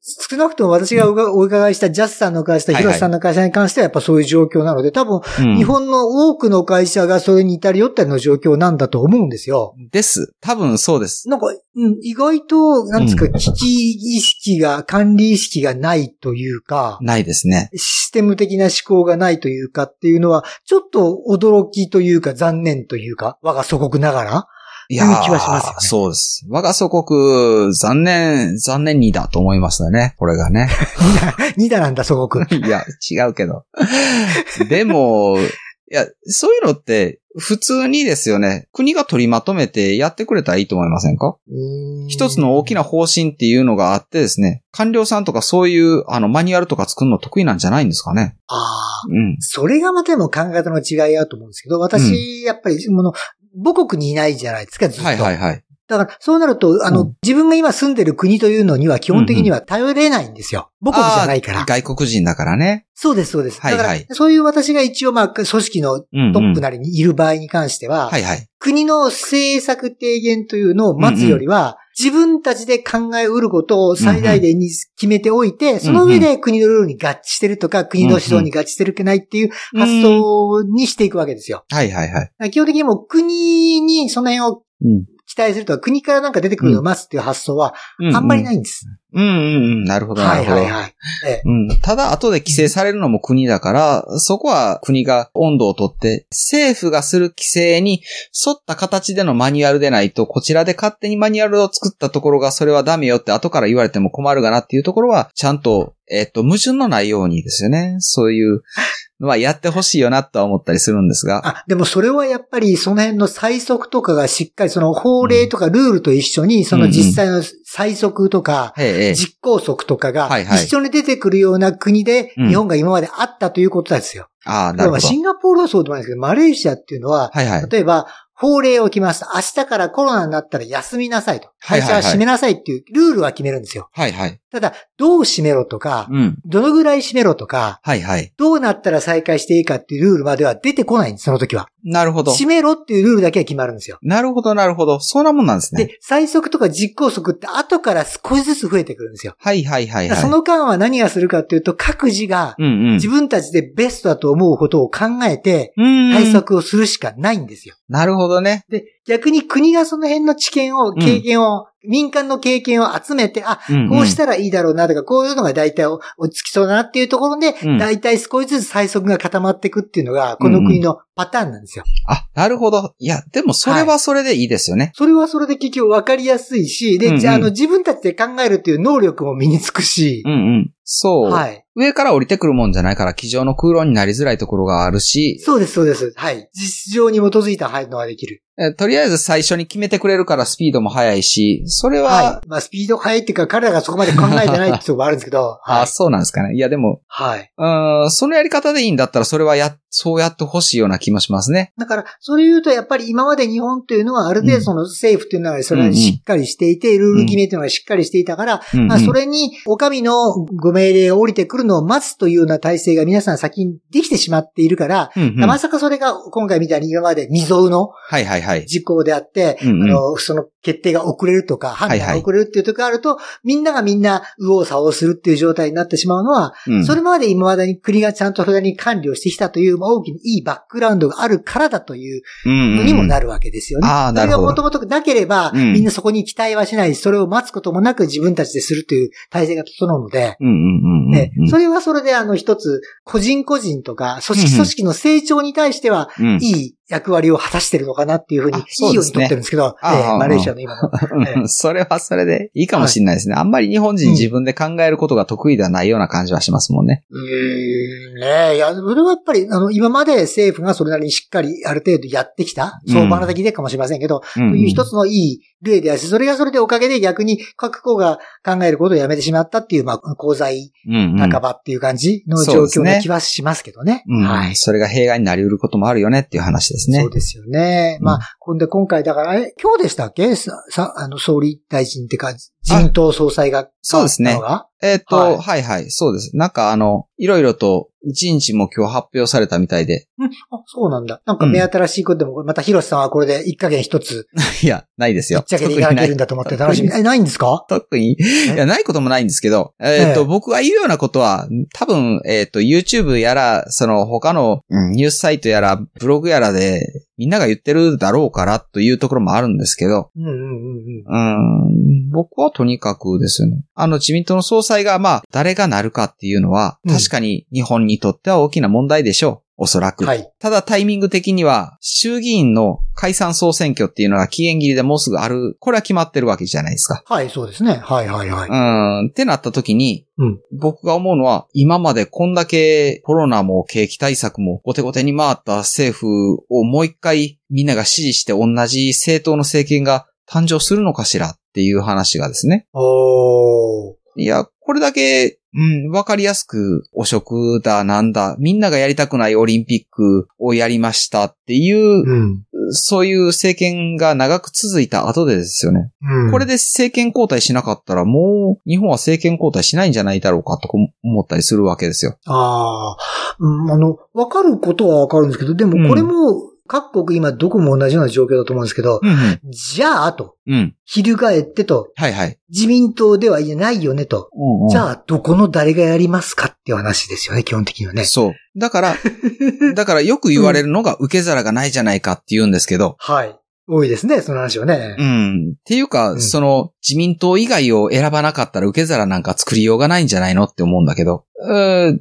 Speaker 3: 少なくとも私がおがお伺いしたジャスさんの会社、
Speaker 4: はい
Speaker 3: ヒ
Speaker 4: はい
Speaker 3: ロシさんの会社に関してはやっぱそういう状況なので、多分、
Speaker 4: うん
Speaker 3: 日本の多くの会社がそれに至りよったりの状況なんだと思うんですよ。
Speaker 4: です。多分そうです。
Speaker 3: なんか、うん、意外と、なんですか、
Speaker 4: うん
Speaker 3: 危機意識が、管理意識がないというか、
Speaker 4: ないですね。
Speaker 3: システム的な思考がないというかっていうのは、ちょっと驚きというか残念というか、我が祖国ながら。
Speaker 4: いやー
Speaker 3: という気はしますよね
Speaker 4: そうです。我が祖国、残念、残念にだと思いましたね。これがね。
Speaker 3: 二だなんだ、祖国。
Speaker 4: いや、違うけど。でも、いや、そういうのって、普通にですよね。国が取りまとめてやってくれたらいいと思いませんか一つの大き
Speaker 3: な。
Speaker 4: な方針っていうのがあってですね、官僚さんとかそういう、あの、マニュアルとか作るの得意なんじゃないんですかね。
Speaker 3: ああ。
Speaker 4: うん。
Speaker 3: それがまたでも考え方の違いだと思うんですけど、私、やっぱり、もの、母国にいないじゃないですか、ずっと。
Speaker 4: はいはいはい。
Speaker 3: だから、そうなると、あの、
Speaker 4: うん
Speaker 3: 自分が今住んでる国というのには基本的には頼れないんですよ。母国じゃないから
Speaker 4: あー。外国人だからね。
Speaker 3: そうです、そうです。
Speaker 4: はいはい
Speaker 3: だから、そういう私が一応、まあ、組織の
Speaker 4: うん、うん。
Speaker 3: トップなりにいる場合に関しては、
Speaker 4: はいはい。
Speaker 3: 国の政策提言というのを待つよりは、自分たちで考えうることを最大限に決めておいて、その上で国のルールに合致してるとか、国の指導に合致してるけないっていう発想にしていくわけですよ。
Speaker 4: はいはいはい。
Speaker 3: 基本的にもう国にその辺を
Speaker 4: うん。。
Speaker 3: 期待するとか、国からなんか出てくるのを待つっていう発想は、あんまりないいんです。
Speaker 4: うんうんうん。なるほどな
Speaker 3: は
Speaker 4: る
Speaker 3: い
Speaker 4: ほど。
Speaker 3: はいはい。
Speaker 4: うん、ただ、後で規制されるのも国だから、そこは国が温度をとって、政府がする規制に沿った形でのマニュアルでないと、こちらで勝手にマニュアルを作ったところが、それはダメよって後から言われても困るがなっていうところは、ちゃんと、えっ、と、矛盾のないようにですよね。そういうのはやってほしいよなとは思ったりするんですが。
Speaker 3: あ、でもそれはやっぱりその辺の最速とかがしっかりその法令とかルールと一緒に、その実際の最速とか、
Speaker 4: ええ、ええ。
Speaker 3: 実行則とかが
Speaker 4: はいはい
Speaker 3: 一緒に出てくるような国で
Speaker 4: うん
Speaker 3: 日本が今まであったということなんですよ。
Speaker 4: ああ、な
Speaker 3: だ
Speaker 4: る
Speaker 3: か
Speaker 4: ほ
Speaker 3: ら
Speaker 4: ど。
Speaker 3: シンガポールはそうでもないんですけど、マレーシアっていうのは、
Speaker 4: はいはい。
Speaker 3: 例えば法令を決めました。明日からコロナになったら休みなさいと。
Speaker 4: は
Speaker 3: 会
Speaker 4: いはい
Speaker 3: 社
Speaker 4: はい
Speaker 3: は閉めなさいっていうルールは決めるんですよ。
Speaker 4: はいはい。
Speaker 3: ただ、どう閉めろとか、
Speaker 4: うん。
Speaker 3: どのぐらい閉めろとか、
Speaker 4: はいはい。
Speaker 3: どうなったら再開していいかっていうルールまでは出てこないんです、その時は。
Speaker 4: なるほど。
Speaker 3: 閉めろっていうルールだけは決まるんですよ。
Speaker 4: なるほど、なるほど。そんなもんなんですね。
Speaker 3: で、最速とか実行則って後から少しずつ増えてくるんですよ。
Speaker 4: はいはいはい
Speaker 3: だ
Speaker 4: は
Speaker 3: か
Speaker 4: い。
Speaker 3: らその間は何がするかっていうと、各自が
Speaker 4: うんうん。
Speaker 3: 自分たちでベストだと思うことを考えて、
Speaker 4: うん
Speaker 3: 対策をするしかないんですよ。
Speaker 4: なるほどね。
Speaker 3: で、逆に国がその辺の知見を、
Speaker 4: ん
Speaker 3: 経験を、民間の経験を集めて、あ、こうしたらいいだろうなとか、こういうのが大体落ち着きそうだなっていうところで、
Speaker 4: うん
Speaker 3: 大体少しずつ最速が固まっていくっていうのが、この国のパターンなんですよ。
Speaker 4: あ、なるほど。いや、でもそれはそれでいいですよね。
Speaker 3: それはそれで結局分かりやすいし、
Speaker 4: うんう
Speaker 3: で、
Speaker 4: ん
Speaker 3: じゃあ、あの、自分たちで考えるっていう能力も身につくし、
Speaker 4: うんうん。そう、
Speaker 3: はい。
Speaker 4: 上から降りてくるもんじゃないから、机上の空論になりづらいところがあるし、
Speaker 3: そうです、そうです。はい。実情に基づいた配慮ができる。
Speaker 4: えとりあえず最初に決めてくれるからスピードも速いし、それは、
Speaker 3: はい。まあ、スピードが速いっていうか、彼らがそこまで考えてないってとこもあるんですけど、は
Speaker 4: あ、
Speaker 3: い。
Speaker 4: そうなんですかね。いや、でも、
Speaker 3: はい。
Speaker 4: うーん、そのやり方でいいんだったら、それはやっそうやってほしいような気もしますね。
Speaker 3: だから、それ言うと、やっぱり今まで日本というのは、ある程度その政府というのは、それはしっかりしていて、ルール決めというのはしっかりしていたから、
Speaker 4: うんうん
Speaker 3: まあ、それに、お上のご命令が降りてくるのを待つというような体制が皆さん先にできてしまっているから、
Speaker 4: うんうん
Speaker 3: まさかそれが今回みたいに今まで未曾有の
Speaker 4: はいはいはい。
Speaker 3: 事項であって、
Speaker 4: うんうん
Speaker 3: あの、その決定が遅れるとか、判
Speaker 4: いはい
Speaker 3: 断が遅れるっていうところがあると、みんながみんな右往左往するっていう状態になってしまうのは、
Speaker 4: うん
Speaker 3: それまで今までに国がちゃんとそれに管理をしてきたという、まあ大きにいいバックグラウンドがあるからだというのにもなるわけですよね。
Speaker 4: うんうんうんああなるほど
Speaker 3: それがもともとなければ、
Speaker 4: うん
Speaker 3: みんなそこに期待はしない、それを待つこともなく自分たちでするという体制が整うので、
Speaker 4: うんうんうんうん。
Speaker 3: ね
Speaker 4: うん、
Speaker 3: それはそれであの一つ、個人個人とか、組織組織の成長に対しては、
Speaker 4: うん
Speaker 3: いい役割を果たしてるのかなっていうふうに、
Speaker 4: あそ
Speaker 3: いうい
Speaker 4: で
Speaker 3: よう
Speaker 4: す
Speaker 3: に取
Speaker 4: ね
Speaker 3: ってるんですけど、え
Speaker 4: ああ
Speaker 3: えマレーシアの今の。え
Speaker 4: うん それはそれでいいかもしれないですね。あんまり日本
Speaker 3: う
Speaker 4: 人
Speaker 3: ん
Speaker 4: 自分で考えることが得意ではないような感じはしますもんね。
Speaker 3: うーん、ねえ、いや、それはやっぱり、あの、今まで政府がそれなりにしっかりある程度やってきた、
Speaker 4: うん
Speaker 3: 相場の的でかもしれませんけど、
Speaker 4: うんうん
Speaker 3: という一つのいい例であるし、それがそれでおかげで逆に各校が考えることをやめてしまったっていう、まあ、功罪
Speaker 4: うんうん
Speaker 3: 半ばっていう感じの
Speaker 4: そう
Speaker 3: 状
Speaker 4: です
Speaker 3: 況
Speaker 4: ね
Speaker 3: な気はしますけどね。
Speaker 4: うん
Speaker 3: はい。
Speaker 4: それが弊害になり得ることもあるよねっていう話ですね
Speaker 3: そう。ですよね。
Speaker 4: うん
Speaker 3: まあ、ほんで今回だから、え、今日でしたっけさ、さ、あの、総理大臣ってか、自民党総裁が。
Speaker 4: そうですね
Speaker 3: 変わったのが
Speaker 4: えっ、と、は、
Speaker 3: はいい
Speaker 4: はいはいそうです。なんかあの、いろいろと一日も今日発表されたみたいで。
Speaker 3: あ、そうなんだ。なんか目新しいことでも、また広瀬さんはこれで一加減一つ、
Speaker 4: いや、ないです
Speaker 3: ぶ
Speaker 4: よ
Speaker 3: っ。ちゃけていただけるんだと思って楽しみ。え、ないんですか
Speaker 4: 特に、いや、ないこともないんですけど、えっ、と、
Speaker 3: ええ
Speaker 4: 僕が言うようなことは、多分、えっ、と、YouTube やら、その他のうんニュースサイトやら、ブログやらで、みんなが言ってるだろうからというところもあるんですけど、
Speaker 3: うんうんうん
Speaker 4: うん、僕はとにかくですよね。あの自民党の総裁が、まあ、誰がなるかっていうのは、
Speaker 3: うん
Speaker 4: 確かに日本にとっては大きな問題でしょう。おそら
Speaker 3: う
Speaker 4: く。
Speaker 3: ん。はい。
Speaker 4: ただタイミング的には、衆議院の解散総選挙っていうのが期限切りでもうすぐある。これは決まってるわけじゃないですか。。
Speaker 3: はい、そうですね。はいはいはいう
Speaker 4: ん、ってなった時に、
Speaker 3: うん
Speaker 4: 僕が思うのは、今までこんだけコロナも景気対策も後手後手に回った政府をもう一回みんなが支持して同じ政党の政権が誕生するのかしらっていう話がですね。
Speaker 3: おー。
Speaker 4: いや、これだけ、うん、わかりやすく、汚職だなんだ、みんながやりたくないオリンピックをやりましたっていう、
Speaker 3: うん。
Speaker 4: そういう政権が長く続いた後でですよね。
Speaker 3: うん。
Speaker 4: これで政権交代しなかったら、もう日本は政権交代しないんじゃないだろうかとか思ったりするわけですよ。
Speaker 3: ああ、うんあの、わかることはわかるんですけど、でもこれも、各国今どこも同じような状況だと思うんですけど、
Speaker 4: うん。
Speaker 3: じゃあと、
Speaker 4: うん。
Speaker 3: 翻ってと、
Speaker 4: はいはい。
Speaker 3: 自民党ではいないよねと、じゃあどこの誰がやりますかっていう話ですよね、基本的にはね。
Speaker 4: そう。だから、だからよく言われるのが受け皿がないじゃないかって言うんですけど、
Speaker 3: はい。多いですね、その話はね
Speaker 4: う。ん。っていうか、
Speaker 3: うん
Speaker 4: その、自民党以外を選ばなかったら受け皿なんか作りようがないんじゃないのって思うんだけど。うん。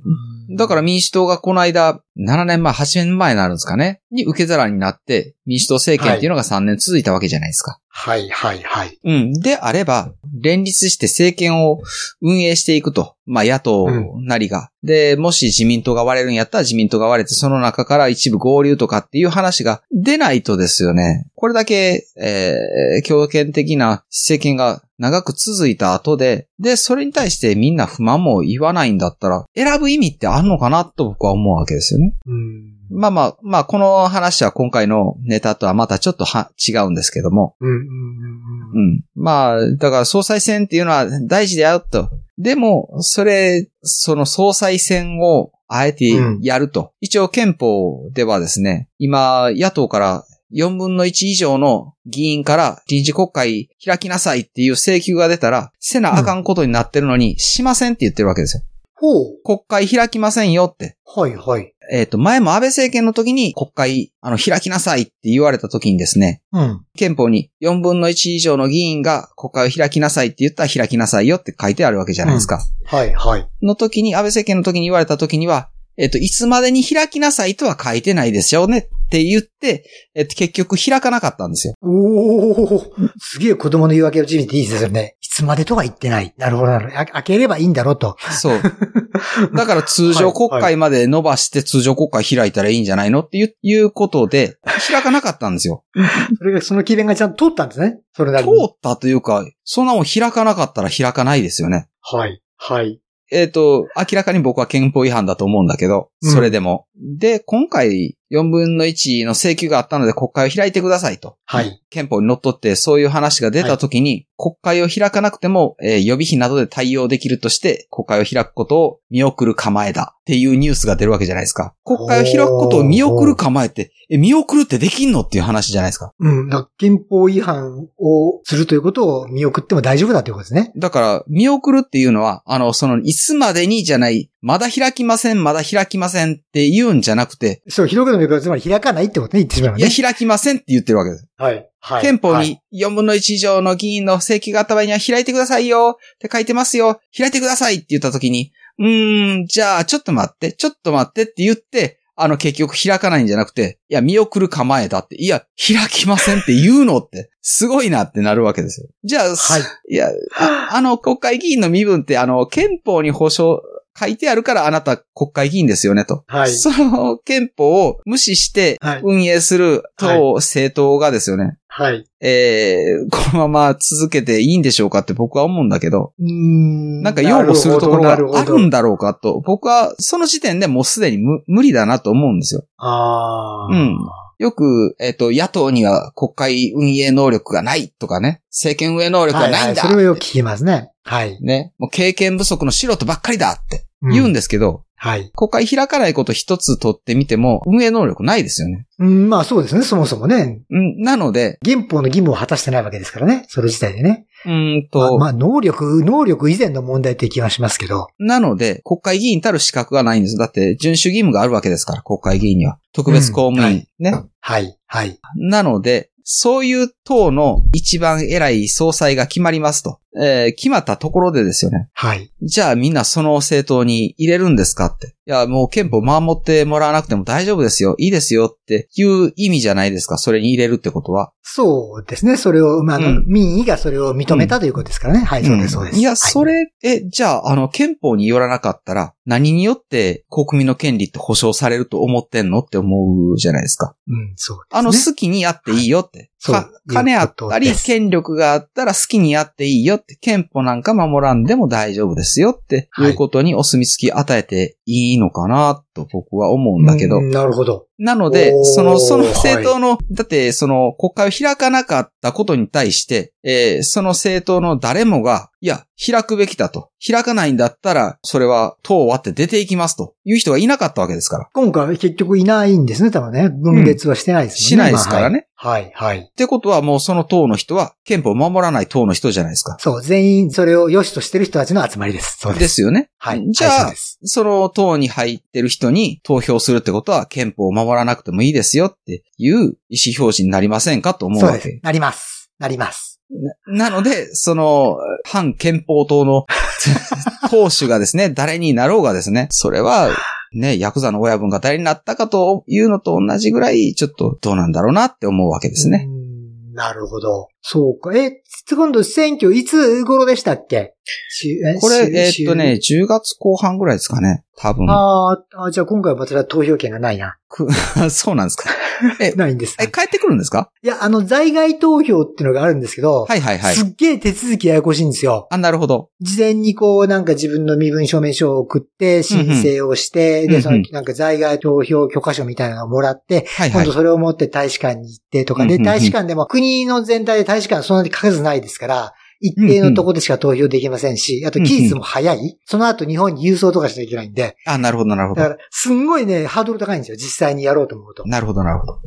Speaker 4: だから民主党がこの間、7年前、8年前になるんですかねに受け皿になって、民主党政権っていうのが3年続いたわけじゃないですか。
Speaker 3: はい、はい、はい。
Speaker 4: うん。であれば、連立して政権を運営していくと。まあ、野党なりが。で、もし自民党が割れるんやったら自民党が割れて、その中から一部合流とかっていう話が出ないとですよね。これだけ、えー、強権的な政権が長く続いた後で、で、それに対してみんな不満も言わないんだったら、選ぶ意味ってあるのかなと僕は思うわけですよね。
Speaker 3: うん。
Speaker 4: まあまあ、まあ、この話は今回のネタとはまたちょっとは違うんですけども。
Speaker 3: うん、うん、うん
Speaker 4: う。ん。まあ、だから総裁選っていうのは大事だよと。でも、それ、その総裁選をあえてやると。一応憲法ではですね、今、野党から4分の1以上の議員から臨時国会開きなさいっていう請求が出たら、せなあかんことになってるのに、しませんって言ってるわけですよ。
Speaker 3: ほ
Speaker 4: 国会開きませんよって。
Speaker 3: う。はい、はい。
Speaker 4: えっ、と、前も安倍政権の時に国会、あの、開きなさいって言われた時にですね、
Speaker 3: うん。
Speaker 4: 憲法に4分の1以上の議員が国会を開きなさいって言ったら開きなさいよって書いてあるわけじゃないですか。
Speaker 3: はい、はい。
Speaker 4: の時に、安倍政権の時に言われた時には、えっと、いつまでに開きなさいとは書いてないですよねって言って、えっと、結局開かなかったんですよ。
Speaker 3: おおすげえ子供の言い訳を地味っていいですよね。いつまでとは言ってない。なるほど、なるほど。あ開ければいいんだろうと。
Speaker 4: そう。だから通常国会まで伸ばして通常国会開いたらいいんじゃないのっていういうことで、開かなかったんで すよ。
Speaker 3: それが、その機弁がちゃんと通ったんですね。それな
Speaker 4: 通
Speaker 3: りに。
Speaker 4: ったというか、そんなもん開かなかったら開かないですよね。
Speaker 3: はい。はい。
Speaker 4: えっ、と、明らかに僕は憲法違反だと思うんだけど、
Speaker 3: うん
Speaker 4: それでも。で、今回、4分の1の請求があったので国会を開いてくださいと。
Speaker 3: はい。
Speaker 4: 憲法にのっとってそういう話が出た時に、国会を開かなくても、えー予備費などで対応できるとして、国会を開くことを見送る構えだっていうニュースが出るわけじゃないですか。国会を開くことを見送る構えって、え、見送るってできんのっていう話じゃないですか。
Speaker 3: うん。だから憲法違反をするということを見送っても大丈夫だということですね。
Speaker 4: だから、見送るっていうのは、あの、その、いつまでにじゃない、まだ開きません、まだ開きませんって言うんじゃなくて、
Speaker 3: そう、広くの見方、つまり開かないってことね、言ってしまえば
Speaker 4: いや、
Speaker 3: ね。
Speaker 4: 開きませんって言ってるわけです。
Speaker 3: はい。はい。
Speaker 4: 憲法
Speaker 3: はい。
Speaker 4: に4分の1以上の議員の請求があった場合には開いてくださいよって書いてますよ開いてくださいって言った時に、うーん、じゃあちょっと待って、ちょっと待ってって言って、あの結局開かないんじゃなくて、いや見送る構えだって、いや開きませんって言うのって、すごいなってなるわけですよ。じゃあ、
Speaker 3: はい。
Speaker 4: いや、ああの、国会議員の身分って、あの、憲法に保障、書いてあるからあなた国会議員ですよねと。
Speaker 3: はい
Speaker 4: その憲法を無視して
Speaker 3: はい
Speaker 4: 運営する党、政党がですよね。
Speaker 3: はい。
Speaker 4: えー、このまま続けていいんでしょうかって僕は思うんだけど、
Speaker 3: うーん。
Speaker 4: なんか擁護するところが
Speaker 3: な
Speaker 4: あ
Speaker 3: ほどなほ
Speaker 4: る
Speaker 3: ど
Speaker 4: んだろうかと、僕はその時点でもうすでに無無理だなと思うんですよ。
Speaker 3: ああ。
Speaker 4: うん。よく、えっ、と、野党には国会運営能力がないとかね、政権運営能力
Speaker 3: は
Speaker 4: が
Speaker 3: い
Speaker 4: ない
Speaker 3: は
Speaker 4: ん
Speaker 3: い。
Speaker 4: だ
Speaker 3: それをよく聞きますね。はい。
Speaker 4: ね、もう経験不足の素人ばっかりだって言うん
Speaker 3: だ。
Speaker 4: ですけど、
Speaker 3: はい。
Speaker 4: 国会開かないこと一つ取ってみても、運営能力ないですよね。
Speaker 3: うん、まあそうですね、そもそもね。
Speaker 4: うんなので、
Speaker 3: 憲法の義務を果たしてないわけですからね。それ自体でね。
Speaker 4: うーん
Speaker 3: まあ
Speaker 4: と、
Speaker 3: まあ、能力、能力以前の問題って気はしますけど。
Speaker 4: なので、国会議員たる資格がないんです。だって、遵守義務があるわけですから、国会議員には。特別公務
Speaker 3: う
Speaker 4: 員、
Speaker 3: んはい
Speaker 4: ね。
Speaker 3: はい、はい。
Speaker 4: なので、そういう党の一番偉い総裁が決まりますと。えー決まったところでですよね。
Speaker 3: はい。
Speaker 4: じゃあみんなその政党に入れるんですかって。いや、もう憲法守ってもらわなくても大丈夫ですよ。いいですよっていう意味じゃないですか。それに入れるってことは。
Speaker 3: そうですね。それを、まあ、あの
Speaker 4: うん
Speaker 3: 民意がそれを認めたということですからね。はい、そうです、そうです。
Speaker 4: いや、
Speaker 3: はい
Speaker 4: それ、え、じゃあ、あの、憲法によらなかったら、何によって国民の権利って保障されると思ってんのって思うじゃないですか。
Speaker 3: うん、そうです、ね。
Speaker 4: あの、好きにやっていいよって。
Speaker 3: そう
Speaker 4: か金あった
Speaker 3: いうこ
Speaker 4: り、
Speaker 3: とです
Speaker 4: 権力があったら好きにやっていいよって、憲法なんか守らんでも大丈夫ですよっていうことにお墨付き与えていいのかなと僕は思うんだけど。
Speaker 3: うんなるほど。
Speaker 4: なので
Speaker 3: おー、
Speaker 4: その、その政党の、だって、その国会を開かなかったことに対して、えーその政党の誰もが、いや、開くべきだと。開かないんだったら、それは党を割って出ていきますという人がいなかったわけですから。
Speaker 3: 今回は結局いないんですね、多分ね。分裂はしてないですも
Speaker 4: し
Speaker 3: ん
Speaker 4: な
Speaker 3: ね。
Speaker 4: いですからね。
Speaker 3: まあ。はい、はいはい。
Speaker 4: ってことはもうその党の人は憲法を守らない党の人じゃないですか。
Speaker 3: そう、全員それを良しとしてる人たちの集まりです。そうです。
Speaker 4: ですよね。
Speaker 3: はい。
Speaker 4: じゃあ
Speaker 3: はいそうです
Speaker 4: その党に入ってる人に投票するってことは憲法を守らなくてもいいですよっていう意思表示になりませんかと思う
Speaker 3: そう
Speaker 4: わ
Speaker 3: で
Speaker 4: け
Speaker 3: す。。なります。なります。
Speaker 4: なので、その、反憲法 党の党首がですね、誰になろうがですね、それは、ね、ヤクザの親分が誰になったかというのと同じぐらい、ちょっとどうなんだろうなって思うわけですね。
Speaker 3: うーん。なるほど。そうか。え、今度選挙いつ頃でしたっけし
Speaker 4: これ、
Speaker 3: し
Speaker 4: えー
Speaker 3: し
Speaker 4: っとね、10月後半ぐらいですかね、多分。
Speaker 3: あーあ、じゃあ今回は私は投票権がないな。
Speaker 4: そうなんですか。
Speaker 3: ないんです。
Speaker 4: え、
Speaker 3: い
Speaker 4: 帰ってくるんですか
Speaker 3: や、あの、在外投票っていうのがあるんですけど、
Speaker 4: はいはいはい。
Speaker 3: すっげえ手続きややこしいんですよ。
Speaker 4: あ、なるほど。
Speaker 3: 事前にこう、なんか自分の身分証明書を送って、申請をして、
Speaker 4: うんう
Speaker 3: で、
Speaker 4: ん
Speaker 3: その、なんか在外投票許可書みたいなのをもらって、
Speaker 4: はいは
Speaker 3: 今
Speaker 4: い
Speaker 3: 度。それを持って大使館に行ってとかで、
Speaker 4: うんうんうん
Speaker 3: 大使館でも国の全体で大使館そんなに数ないですから、一定のとこでしか投票できませんし、あと期日も早い。その後日本に郵送とかしなきゃいけないんで、
Speaker 4: あ、なるほどなるほ
Speaker 3: だか
Speaker 4: ど。
Speaker 3: ら、すんごいね、ハードル高いんですよ、実際にやろうと思うと。
Speaker 4: なるほどなるほど。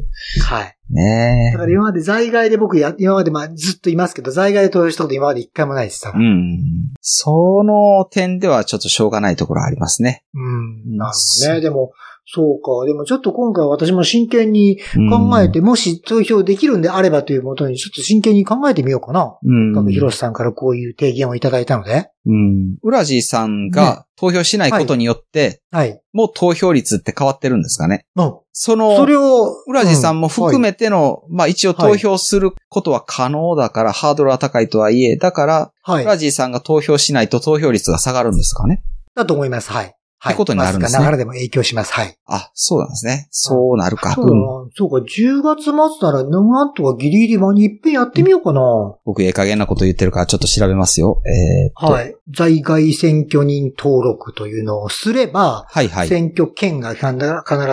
Speaker 3: はい。
Speaker 4: ね
Speaker 3: だから今まで在外で僕や、今までまあずっといますけど、在外で投票したこと今まで一回もないです、多
Speaker 4: え。う
Speaker 3: 分。
Speaker 4: ん。その点ではちょっとしょうがないところありますね。
Speaker 3: うん、なるほどね。でも、そうか。でもちょっと今回私も真剣に考えて、もし投票できるんであればというもとに、ちょっと真剣に考えてみようかな。
Speaker 4: うん、
Speaker 3: 各広瀬さんからこういう提言をいただいたので。
Speaker 4: うん。浦地さんが投票しないことによって、
Speaker 3: はい。
Speaker 4: もう投票率って変わってるんですかね。
Speaker 3: も、
Speaker 4: そ
Speaker 3: そ
Speaker 4: うの、
Speaker 3: れを。
Speaker 4: 浦地さんも含
Speaker 3: うんはい
Speaker 4: めての、まあ一応投票することは可能だから、ハードルは高いとはいえ、だから、
Speaker 3: はい。
Speaker 4: 浦地さんが投票しないと投票率が下がるんですかね。
Speaker 3: だと思います。はい。はい。
Speaker 4: ってことになるんですね
Speaker 3: わずかながらでも影響します。はい。
Speaker 4: あ、そうなんですね。そうなるか。
Speaker 3: そうだなそうか、10月末なら、なんとかギリギリ間にいっぺんやってみようかな。
Speaker 4: 僕、ええ加減なこと言ってるから、ちょっと調べますよ。えーっと。
Speaker 3: はい。在外選挙人登録というのをすれば、
Speaker 4: はいはい。
Speaker 3: 選挙権が必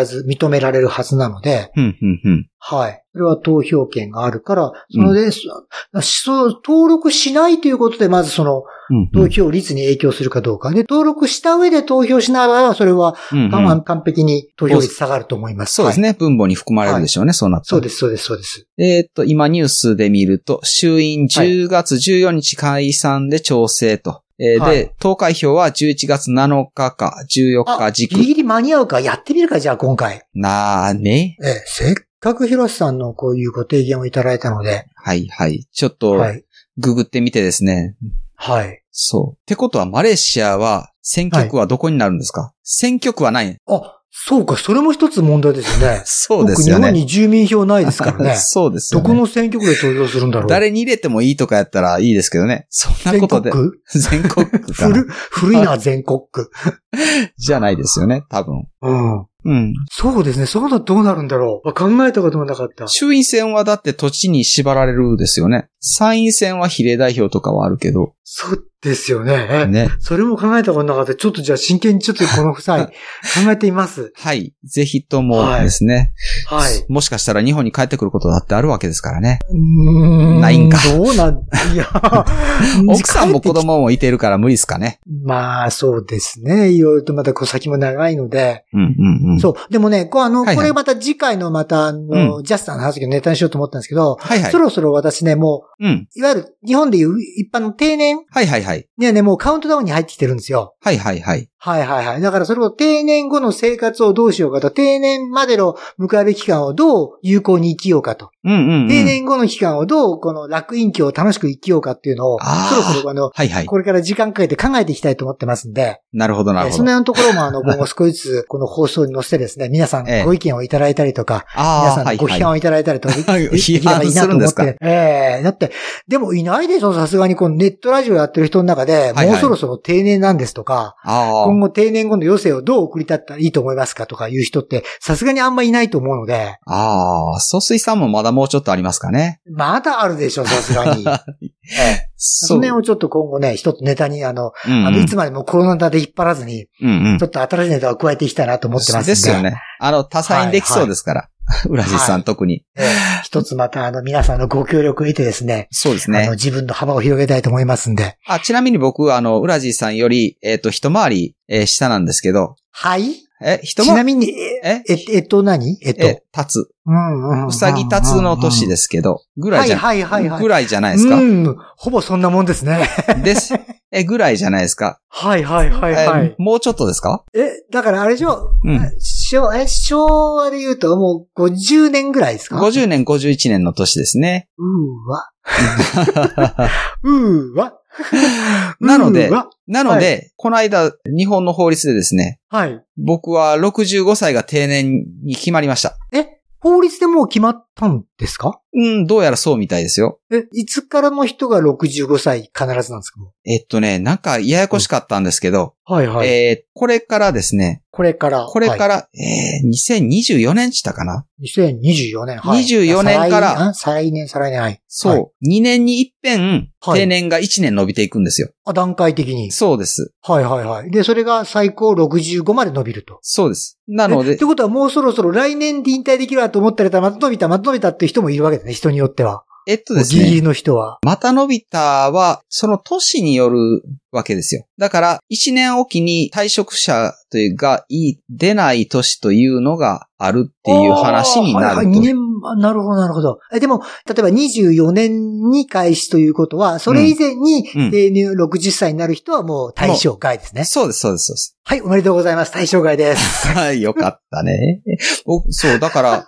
Speaker 3: ず認められるはずなので、
Speaker 4: うん、うん、うん。
Speaker 3: はい。それは投票権があるから、そので、そそう登録しないということで、まずその、
Speaker 4: うんう
Speaker 3: 投
Speaker 4: ん
Speaker 3: 票率に影響するかどうか。で、登録した上で投票しない場合は、それは、
Speaker 4: うん
Speaker 3: ま
Speaker 4: う
Speaker 3: あ
Speaker 4: ん
Speaker 3: 完璧に投票率下がると思います。
Speaker 4: そうです
Speaker 3: はい。
Speaker 4: ね。分母に含まれるでしょうね、そうなったら
Speaker 3: そうです、そうです、そうです。
Speaker 4: えーっと、今ニュースで見ると、衆院10月14日解散で調整と。えー
Speaker 3: は
Speaker 4: で
Speaker 3: い、
Speaker 4: 投開票は11月7日か14日
Speaker 3: あギ
Speaker 4: 軸。
Speaker 3: リギリ間に合うか、やってみるか、じゃあ今回。
Speaker 4: なーね。
Speaker 3: ええ、せっかく広瀬さんのこういうご提言をいただいたので、
Speaker 4: はいはい。ちょっと、
Speaker 3: はい。
Speaker 4: ググってみてですね。
Speaker 3: はい。
Speaker 4: そう。ってことは、マレーシアは、選挙区はどこになるんですか、選挙区はない。。
Speaker 3: あ、そうか、それも一つ問題ですよね
Speaker 4: そうですよ
Speaker 3: 僕日本
Speaker 4: ね。
Speaker 3: に住民票ないですからね。
Speaker 4: そうですよ
Speaker 3: ど
Speaker 4: ね。
Speaker 3: この選挙区で投票するんだろう。
Speaker 4: 誰に入れてもいいとかやったらいいですけどね。そんな
Speaker 3: 全
Speaker 4: こと
Speaker 3: 国
Speaker 4: で。
Speaker 3: 区
Speaker 4: 全国区か な
Speaker 3: 古、古いな、全国区。
Speaker 4: じゃないですよね、多分。
Speaker 3: うん。
Speaker 4: うん。
Speaker 3: そうですね。そうだ、どうなるんだろう。あ考えたこともなかった。
Speaker 4: 衆院選はだって土地に縛られるですよね。参院選は比例代表とかはあるけど。
Speaker 3: そうですよね。え
Speaker 4: ね。
Speaker 3: それも考えたことなかった。ちょっとじゃあ真剣にちょっとこの夫妻、考えてみます。
Speaker 4: はい。ぜひともですね、
Speaker 3: はい。
Speaker 4: もしかしたら日本に帰ってくることだってあるわけですからね。
Speaker 3: うー
Speaker 4: ないんか、
Speaker 3: どうなん、いや
Speaker 4: 奥さんも子供もいてるから無理ですかね。
Speaker 3: まあ、そうですね。いろいろとまたこう先も長いので。
Speaker 4: うんうんうん。
Speaker 3: そう。でもね、こうあの、
Speaker 4: はいはい
Speaker 3: これまた次回のまた、あの、ジャスターの話をネタにしようと思ったんですけど、
Speaker 4: はいはい
Speaker 3: そ。ろそろ私ね、も
Speaker 4: うん。
Speaker 3: う、いわゆる日本でいう一般の定年
Speaker 4: はいはいはい。
Speaker 3: にはね、もうカウントダウンに入ってきてるんですよ。
Speaker 4: はいはいはい。
Speaker 3: はいはいはい。だからそれを定年後の生活をどうしようかと、定年までの迎える期間をどう有効に生きようかと、
Speaker 4: うんうん、うん。
Speaker 3: 定年後の期間をどうこの楽隠居を楽しく生きようかっていうのを、
Speaker 4: あ
Speaker 3: そ
Speaker 4: ー
Speaker 3: ろそろあの、
Speaker 4: はいはい。
Speaker 3: これから時間かけて考えていきたいと思ってますんで、
Speaker 4: なるほどな
Speaker 3: え
Speaker 4: る
Speaker 3: ーそ
Speaker 4: ほ
Speaker 3: の
Speaker 4: ど。
Speaker 3: 辺のところもあの、今後少しずつこの放送に載せてですね、皆さん
Speaker 4: ええ
Speaker 3: ご意見をいただいたりとか、皆
Speaker 4: ああ、
Speaker 3: さん
Speaker 4: は
Speaker 3: の
Speaker 4: い
Speaker 3: ご批判
Speaker 4: は
Speaker 3: をいただいたりとかでき、
Speaker 4: はい
Speaker 3: できればいいなと
Speaker 4: 批判するんで
Speaker 3: 思
Speaker 4: す
Speaker 3: っ
Speaker 4: か
Speaker 3: て。ええだって、でもいないでしょ、さすがにこのネットラジオやってる人の中で、
Speaker 4: はい
Speaker 3: もうそろそろ定年なんですとか、
Speaker 4: い。あ
Speaker 3: 今後定年後の余生をどう送り立ったらいいと思いますかとかいう人って、さすがにあんまいないと思うので、
Speaker 4: あ。ああ。総水さんもまだもうちょっとありますかね。
Speaker 3: まだある でしょ、さすがに。そ
Speaker 4: そ
Speaker 3: の辺をちょっと今後ね、一つネタに、あの、
Speaker 4: うんうん
Speaker 3: あのいつまでもコロナ禍で引っ張らずに、
Speaker 4: うんうん
Speaker 3: ちょ。っと新しいネタを加えていきたいなと思ってますんで。
Speaker 4: ですよね。あの、多彩にできそうですから。浦地さん特に。
Speaker 3: ええ一つまた、あの、皆さんのご協力を得てですね、
Speaker 4: そうです
Speaker 3: あの、
Speaker 4: ね。
Speaker 3: 自分の幅を広げたいと思いますんで。
Speaker 4: あ、ちなみに僕は、あの、浦地さんより、えっ、と、一回り、えー下なんですけど、
Speaker 3: はい
Speaker 4: え、一
Speaker 3: ちな
Speaker 4: 回り、
Speaker 3: みに、え、
Speaker 4: え
Speaker 3: ええっと何、えっと、
Speaker 4: え、立つ。
Speaker 3: うんうん。。
Speaker 4: うさぎ立つの年ですすけど、ぐら
Speaker 3: はいい
Speaker 4: じゃ、
Speaker 3: はいはいはい。
Speaker 4: ぐらいじゃないですか
Speaker 3: う。ん、ほぼそんなもんですね。
Speaker 4: です。え、ぐらいじゃないですか。
Speaker 3: はいはいはい
Speaker 4: え
Speaker 3: はい。
Speaker 4: もうちょっとですか
Speaker 3: え、だからあれでしょ、
Speaker 4: うん。
Speaker 3: 昭え昭和で言うともう50年ぐらいですか
Speaker 4: 50年、51年の年で すね。
Speaker 3: うーわ。うーわ。
Speaker 4: なので
Speaker 3: うーわ
Speaker 4: なので、この間、日本の法律でですね、
Speaker 3: はい。
Speaker 4: 僕は65歳が定年に決まりました。
Speaker 3: え、法律でもう決まったんですか
Speaker 4: うん、どうやらそうみたいですよ。
Speaker 3: え、いつからの人が65歳必ずなんですかも
Speaker 4: えっとね、なんかややこしかったんですけど、
Speaker 3: うはいは。
Speaker 4: えーこれからですね、
Speaker 3: これから。
Speaker 4: これ
Speaker 3: は。
Speaker 4: から、えー2024年したかない
Speaker 3: 2024年。
Speaker 4: 24年から
Speaker 3: あ再来あ再来年、再来年、はい。
Speaker 4: そう、
Speaker 3: はい
Speaker 4: 2年に一遍、
Speaker 3: はい
Speaker 4: 定年が1年伸びていくんですよ。
Speaker 3: あ、段階的に。
Speaker 4: そうです。
Speaker 3: はいはいはい。で、それが最高65まで伸びると。
Speaker 4: そうです。なの
Speaker 3: え
Speaker 4: で
Speaker 3: って、ことはもうそろそろ来年で引退できるなと思ったら、また伸びた、また伸びたっていう人もいるわけですね、人によっては。
Speaker 4: えっとです
Speaker 3: ギリギ
Speaker 4: ね、
Speaker 3: リの人は。
Speaker 4: また伸びたは、その年によるわけですよ。だから、1年おきに退職者というか、い出ない年というのがあるっていう話にな
Speaker 3: あーはい
Speaker 4: る
Speaker 3: はい、2
Speaker 4: と。
Speaker 3: 年、あなるほど、なるほど。えでも、例えば24年に開始ということは、それ以前に
Speaker 4: うん
Speaker 3: 定年60歳になる人はもう対象外ですね。
Speaker 4: そうです、そうです、そうです。
Speaker 3: はい、おめでとうございます。対象外です。
Speaker 4: はい、よかったね。僕そう、だから、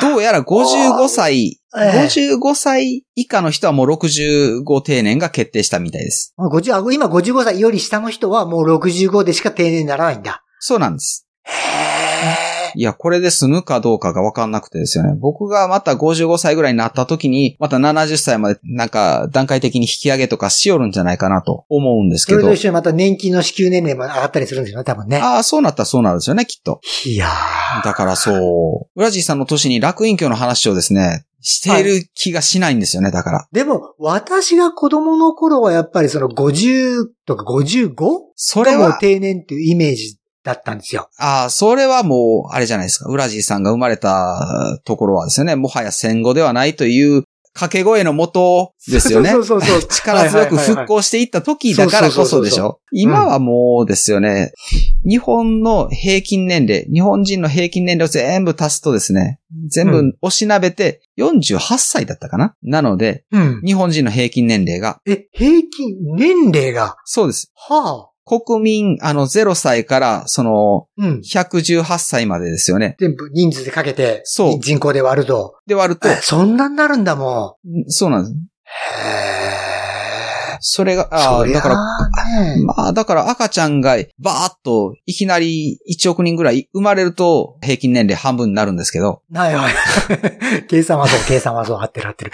Speaker 4: どうやら55歳、
Speaker 3: ええ
Speaker 4: 55歳以下の人はもう65定年が決定したみたいです。
Speaker 3: もう50あ今55歳より下の人はもう65でしか定年にならないんだ。
Speaker 4: そうなんです。
Speaker 3: へー
Speaker 4: いや、これで済むかどうかがわかんなくてですよね。僕がまた55歳ぐらいになった時に、また70歳までなんか段階的に引き上げとかしよるんじゃないかなと思うんです
Speaker 3: そ
Speaker 4: け
Speaker 3: れ
Speaker 4: ど
Speaker 3: と。一緒にまた年金の支給年齢も上がったりするんですよね、多分ね。
Speaker 4: ああ、そうなったらそうなるんですよね、きっと。
Speaker 3: いやー。
Speaker 4: だからそう。ウラジーさんの年に楽隠居の話をですね、している気がしないんですよね、だから。
Speaker 3: でも、私が子供の頃はやっぱりその50とか 55?
Speaker 4: そ
Speaker 3: これ
Speaker 4: れ
Speaker 3: もう
Speaker 4: は、
Speaker 3: 定年っていうイメージだったんですよ。
Speaker 4: ああ、それはもう、あれじゃないですか。ウラジーさんが生まれたところはですよね、もはや戦後ではないという掛け声のもとですよね。
Speaker 3: そうそうそうそう。
Speaker 4: 力強く復興していった時だからこそでし
Speaker 3: はいはいはいはいそうそうそうそう
Speaker 4: ょ今はもうですよね、日本の平均年齢、日本人の平均年齢を全部足すとですね、全
Speaker 3: う
Speaker 4: 部押しなべて48歳だったかななので、
Speaker 3: うん。
Speaker 4: 日本人の平均年齢が、
Speaker 3: え、平均年齢が、
Speaker 4: そうです。
Speaker 3: はあ、
Speaker 4: 国民、あの、0歳から、その、
Speaker 3: うん。
Speaker 4: 118歳までですよね。
Speaker 3: 全部人数でかけて、
Speaker 4: そう
Speaker 3: 人口で割ると。
Speaker 4: で割ると
Speaker 3: え、そんなになるんだも
Speaker 4: そうなんです。
Speaker 3: ん。へー。
Speaker 4: それが、あ
Speaker 3: そ
Speaker 4: あ、
Speaker 3: りゃ
Speaker 4: だから、
Speaker 3: あね。
Speaker 4: まあ、だから赤ちゃんがバーっといきなり1億人ぐらい生まれると平均年齢半分になるんですけど、
Speaker 3: ないはい。 計算はそう、計算はそう、合ってる合ってる。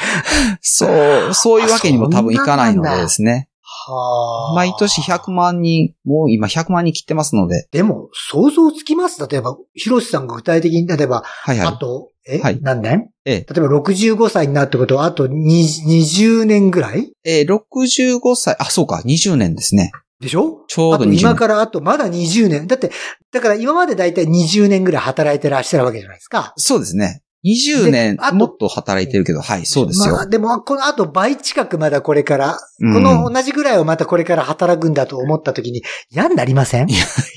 Speaker 4: そう、そういうわけにも多分いかないのでですね。
Speaker 3: はあ。
Speaker 4: 毎年100万人、もう今100万人切ってますので、
Speaker 3: でも、想像つきます例えば、ヒロシさんが具体的に、例えば、
Speaker 4: はい
Speaker 3: あ
Speaker 4: は
Speaker 3: と、え、
Speaker 4: はい
Speaker 3: 何年
Speaker 4: い。え
Speaker 3: 例えば65歳になるってことは、あと20年ぐらい
Speaker 4: ええー、65歳、あ、そうか、20年ですね。
Speaker 3: でしょ
Speaker 4: ちょう
Speaker 3: あ
Speaker 4: ど
Speaker 3: と
Speaker 4: 20年。
Speaker 3: 今からあとまだ20年。だって、だから今までだいたい20年ぐらい働いてらっしゃるわけじゃないですか。
Speaker 4: そうですね。20年
Speaker 3: であ、と
Speaker 4: もっと働いてるけど、はい、そうですよ。
Speaker 3: まあ、でも、このあと倍近くまだこれから、
Speaker 4: うん
Speaker 3: この同じぐらいをまたこれから働くんだと思った時に嫌になりません
Speaker 4: い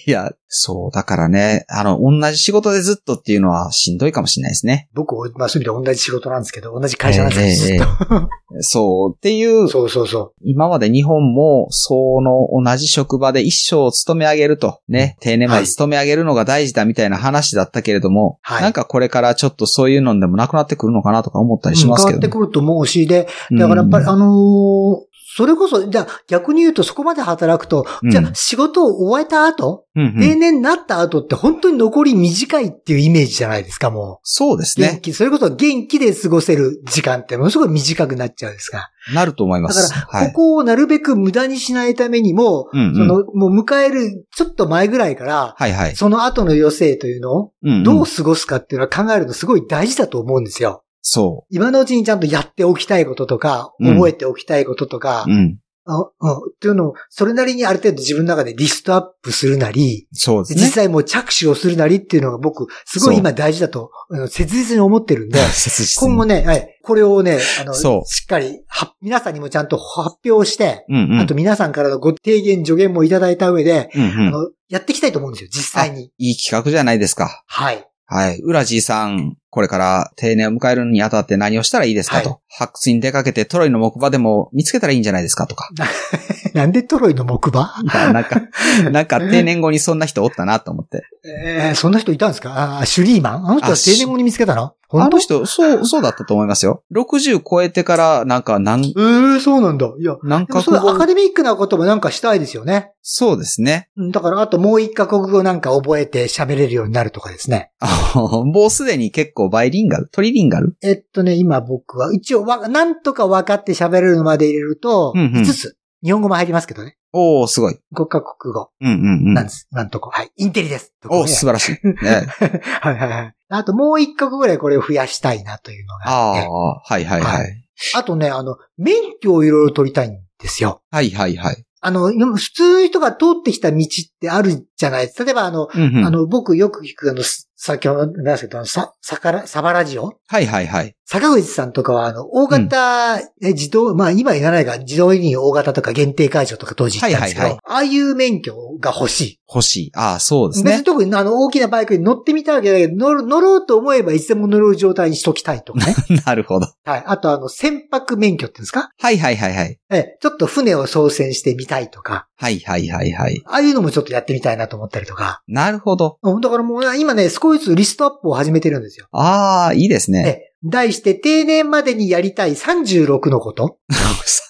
Speaker 4: いや、そう、だからね、あの、同じ仕事でずっとっていうのはしんどいかもしれないですね。
Speaker 3: 僕、まあそういう意味で同じ仕事なんですけど、同じ会社なんですけ
Speaker 4: ええ
Speaker 3: ど、ずっ
Speaker 4: そう、っていう
Speaker 3: と。そうそうそ
Speaker 4: 今まで日本も、その同じ職場で一生を勤め上げると、ね、定年ま
Speaker 3: は
Speaker 4: で
Speaker 3: い
Speaker 4: 勤め上げるのが大事だみたいな話だったけれども、
Speaker 3: はい
Speaker 4: なんかこれからちょっとそういうのでもなくなってくるのかなとか思った
Speaker 3: う。
Speaker 4: りし
Speaker 3: 変
Speaker 4: ま
Speaker 3: わ
Speaker 4: すけ
Speaker 3: っ
Speaker 4: ど
Speaker 3: て
Speaker 4: ね、
Speaker 3: くると思うし、で、だからやっぱり、
Speaker 4: うん
Speaker 3: あのーそれこそ、じゃあ逆に言うとそこまで働くと、
Speaker 4: うん
Speaker 3: じゃあ仕事を終えた後、
Speaker 4: うんうん
Speaker 3: 定年になった後って本当に残り短いっていうイメージじゃないですか、も
Speaker 4: そうです
Speaker 3: う。元
Speaker 4: ね。
Speaker 3: 気、それこそ元気で過ごせる時間ってものすごい短くなっちゃうんですか。
Speaker 4: なると思いま
Speaker 3: だ
Speaker 4: す。
Speaker 3: から、
Speaker 4: は
Speaker 3: こ
Speaker 4: い
Speaker 3: こをなるべく無駄にしないためにも、
Speaker 4: うんうん
Speaker 3: その、もう迎えるちょっと前ぐらいから、
Speaker 4: はいはい。
Speaker 3: その後の余生というのを
Speaker 4: うんうん
Speaker 3: どう過ごすかっていうのは考えるのすごい大事だと思うんですよ。
Speaker 4: そ
Speaker 3: 今のうちにちゃんとやっておきたいこととか、
Speaker 4: うん
Speaker 3: 覚えておきたいこととか
Speaker 4: う。、うん。
Speaker 3: あうん、っていうのを、それなりにある程度自分の中でリストアップするなり、
Speaker 4: そうです
Speaker 3: 実
Speaker 4: ね。
Speaker 3: 際もう着手をするなりっていうのが僕、すごい今大事だと、あの切実に思ってるんで、
Speaker 4: 切実に
Speaker 3: 今後ね、はい、これをね、あの、
Speaker 4: そう
Speaker 3: しっかりは、皆さんにもちゃんと発表して、
Speaker 4: うんうん。
Speaker 3: あと皆さんからのご提言、助言もいただいた上で、
Speaker 4: うんうん
Speaker 3: あの、やっていきたいと思うんですよ、実際に。
Speaker 4: いい企画じゃないですか。
Speaker 3: はい。
Speaker 4: はい。浦じいさん、これから定年を迎えるにあたって何をしたらいいですかと。
Speaker 3: は
Speaker 4: 発掘に出かけてトロイの木馬でも見つけたらいいんじゃないです かとか。
Speaker 3: なんでトロイの木馬
Speaker 4: いやなんか、なんか定年後にそんな人おったなと思って。
Speaker 3: えー、そんな人いたんですかあーシュリーマンあの人は
Speaker 4: あシュ
Speaker 3: 定年後に見つけたの
Speaker 4: あ
Speaker 3: 本当
Speaker 4: の人、そう、そうだったと思いますよ。60超えてから、なんか何、
Speaker 3: えー、そうなんだ。いや、
Speaker 4: 何
Speaker 3: でも
Speaker 4: か
Speaker 3: そう
Speaker 4: 国
Speaker 3: いうアカ
Speaker 4: 語。
Speaker 3: デミックなこともなんかしたいですよね。
Speaker 4: そうですね。
Speaker 3: うんだから、あともう一カ国語なんか覚えて喋れるようになるとかですね。
Speaker 4: あのもうすでに結構バイリンガル、トリリンガル
Speaker 3: えっとね、今僕は、一応わ、なんとか分かって喋れるのまで入れると、
Speaker 4: うんうん
Speaker 3: 5つ。日本語も入りますけどね。
Speaker 4: おー、すごい。
Speaker 3: 5カ国語
Speaker 4: うんうんうん。
Speaker 3: なんです。なんとこ。はい。インテリです。とかね
Speaker 4: おー、素晴らしい。ね、
Speaker 3: はいはいはい。あともう一国ぐらいこれを増やしたいなというのが
Speaker 4: あ
Speaker 3: あって。
Speaker 4: あ、はいはいは。
Speaker 3: はいあとね、あの、免許をいろいろ取りたいんですよ。
Speaker 4: はいはいはい。
Speaker 3: あの、今普通の人が通ってきた道ってあるじゃないですか。例えばあの、
Speaker 4: うんうん
Speaker 3: あの、僕よく聞くあの、す先ほどなんですけど、あのさ、さから、サバラジオ
Speaker 4: はいはいはい。
Speaker 3: 坂口さんとかは、あの、大型、え自動、まあ今いらないが、自動移入大型とか限定解除とか当時言ったんですけど、
Speaker 4: はいはい
Speaker 3: ああいう免許が欲しい。
Speaker 4: 欲しい。ああ、そうです
Speaker 3: 別
Speaker 4: ね
Speaker 3: に。特にあの大きなバイクに乗ってみたわけだけど、乗る乗ろうと思えばいつでも乗れる状態にしときたいとかね。
Speaker 4: なるほど。
Speaker 3: はい。あとあの、船舶免許っていうんですか
Speaker 4: はいはいはいはい。
Speaker 3: ええ、ちょっと船を操船してみたいとか、
Speaker 4: はいはいはいはい。
Speaker 3: ああいうのもちょっとやってみたいなと思ったりとか。
Speaker 4: なるほど。
Speaker 3: うんだからもう今ね、少しずつリストアップを始めてるんですよ。
Speaker 4: ああ、いいです
Speaker 3: え
Speaker 4: ね。
Speaker 3: え。題して、定年までにやりたい36のこと。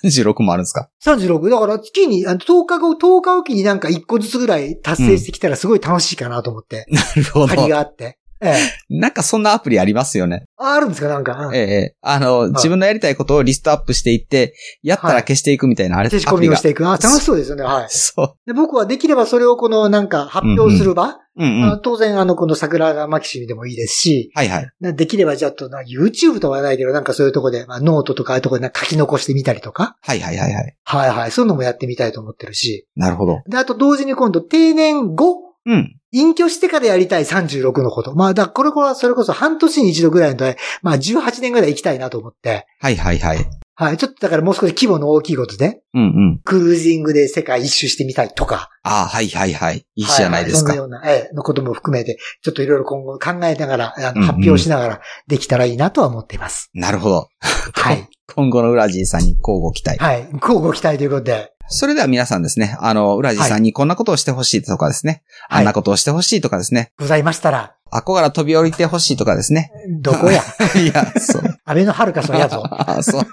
Speaker 4: 36もあるんですか
Speaker 3: 36。だから月に、あの、10日後、10日おきになんか1個ずつぐらい達成してきたらすごい楽しいかなと思って。
Speaker 4: なるほ
Speaker 3: 張りがあって。え え。
Speaker 4: なんかそんなアプリありますよね。
Speaker 3: ああるんですかなんか。うん
Speaker 4: ええ、あの、自分のやりたいことをリストアップしていって、やったら消していくみたいな、あれ、
Speaker 3: 消し
Speaker 4: ア
Speaker 3: 込
Speaker 4: プ
Speaker 3: み
Speaker 4: リ
Speaker 3: を
Speaker 4: が
Speaker 3: していく。あ、楽しそうですよね。はい。
Speaker 4: そ
Speaker 3: で僕はできればそれをこのなんか発表する場、
Speaker 4: う。うんう
Speaker 3: あ
Speaker 4: ん。
Speaker 3: の当然あのこの桜川マキシムでもいいですし、
Speaker 4: はいはい。
Speaker 3: なできればじゃあとな YouTube とはないけどなんかそういうとこで、まあ、ノートとかああいうとこでなんか書き残してみたりとか、
Speaker 4: はいはいはいはい。
Speaker 3: はいはい、そういうのもやってみたいと思ってるし、
Speaker 4: なるほど。
Speaker 3: で、あと同時に今度定年後、
Speaker 4: うん。
Speaker 3: 隠居してからやりたい36のこと。まあ、だからこれはそれこそ半年に一度ぐらいので、まあ18年ぐらい行きたいなと思って、
Speaker 4: はいはいはい。
Speaker 3: はい、ちょっとだからもう少し規模の大きいことで、
Speaker 4: うんうん。
Speaker 3: クルージングで世界一周してみたいとか、
Speaker 4: ああ、はいはいはい。いいじゃないですか。
Speaker 3: ははそんなような、ええ、のことも含めて、ちょっといろいろ今後考えながら、あ
Speaker 4: うんうん
Speaker 3: の発表しながらできたらいいなとは思っています。
Speaker 4: なるほど。
Speaker 3: はい。
Speaker 4: 今後のウラジーさんに交互期待。
Speaker 3: はい。こうご期待ということで。
Speaker 4: それでは皆さんですね、あの、ウラジーさんにこんなことをしてほしいとかですね、
Speaker 3: はい
Speaker 4: あんなことをしてほしいとかですね、
Speaker 3: ございましたら、
Speaker 4: あっこから飛び降りてほしいとかで すね。
Speaker 3: ど こや
Speaker 4: いや、そう。
Speaker 3: 安倍のハルカスはやぞ。行
Speaker 4: ああ、 そう。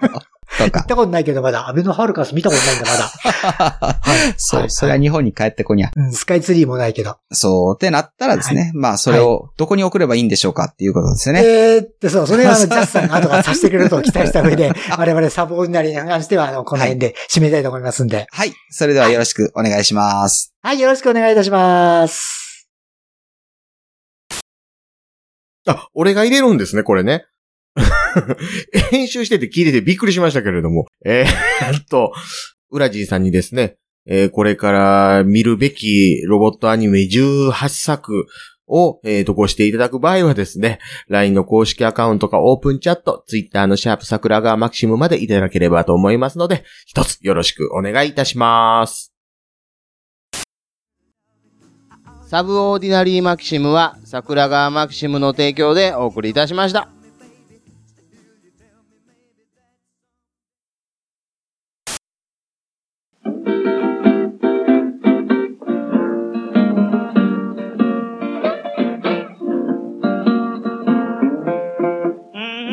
Speaker 4: とか
Speaker 3: っ。たことないけどまだ、安倍のハルカス見たことないんだまだ。
Speaker 4: そ
Speaker 3: は
Speaker 4: う。
Speaker 3: い
Speaker 4: それは日本に帰ってこにゃ。
Speaker 3: うん、スカイツリーもないけど。
Speaker 4: そう。ってなったらですね、まあ、それをどこに送ればいいんでしょうかっていうことですよね。
Speaker 3: えーって、 そう、それはあの、ジャスさんが後からさせてくれるとを期待した上 で、我々サブオーディナリーに関しては、あの、この辺で締めたいと思いますんで。
Speaker 4: はい。それではよろしくお願いします。
Speaker 3: はい、よろしくお願いいたします。
Speaker 5: あ、俺が入れるんですね、これ ね。編集してて聞いててびっくりしましたけれども。えーっと、ウラジーさんにですね、えーこれから見るべきロボットアニメ18作を、えーと、ごしていただく場合はですね、LINE の公式アカウントかオープンチャット、Twitter のシャープ桜川マキシムまでいただければと思いますので、一つよろしくお願いいたします。
Speaker 6: サブオーディナリーマキシムは桜川マキシムの提供でお送りいたしました。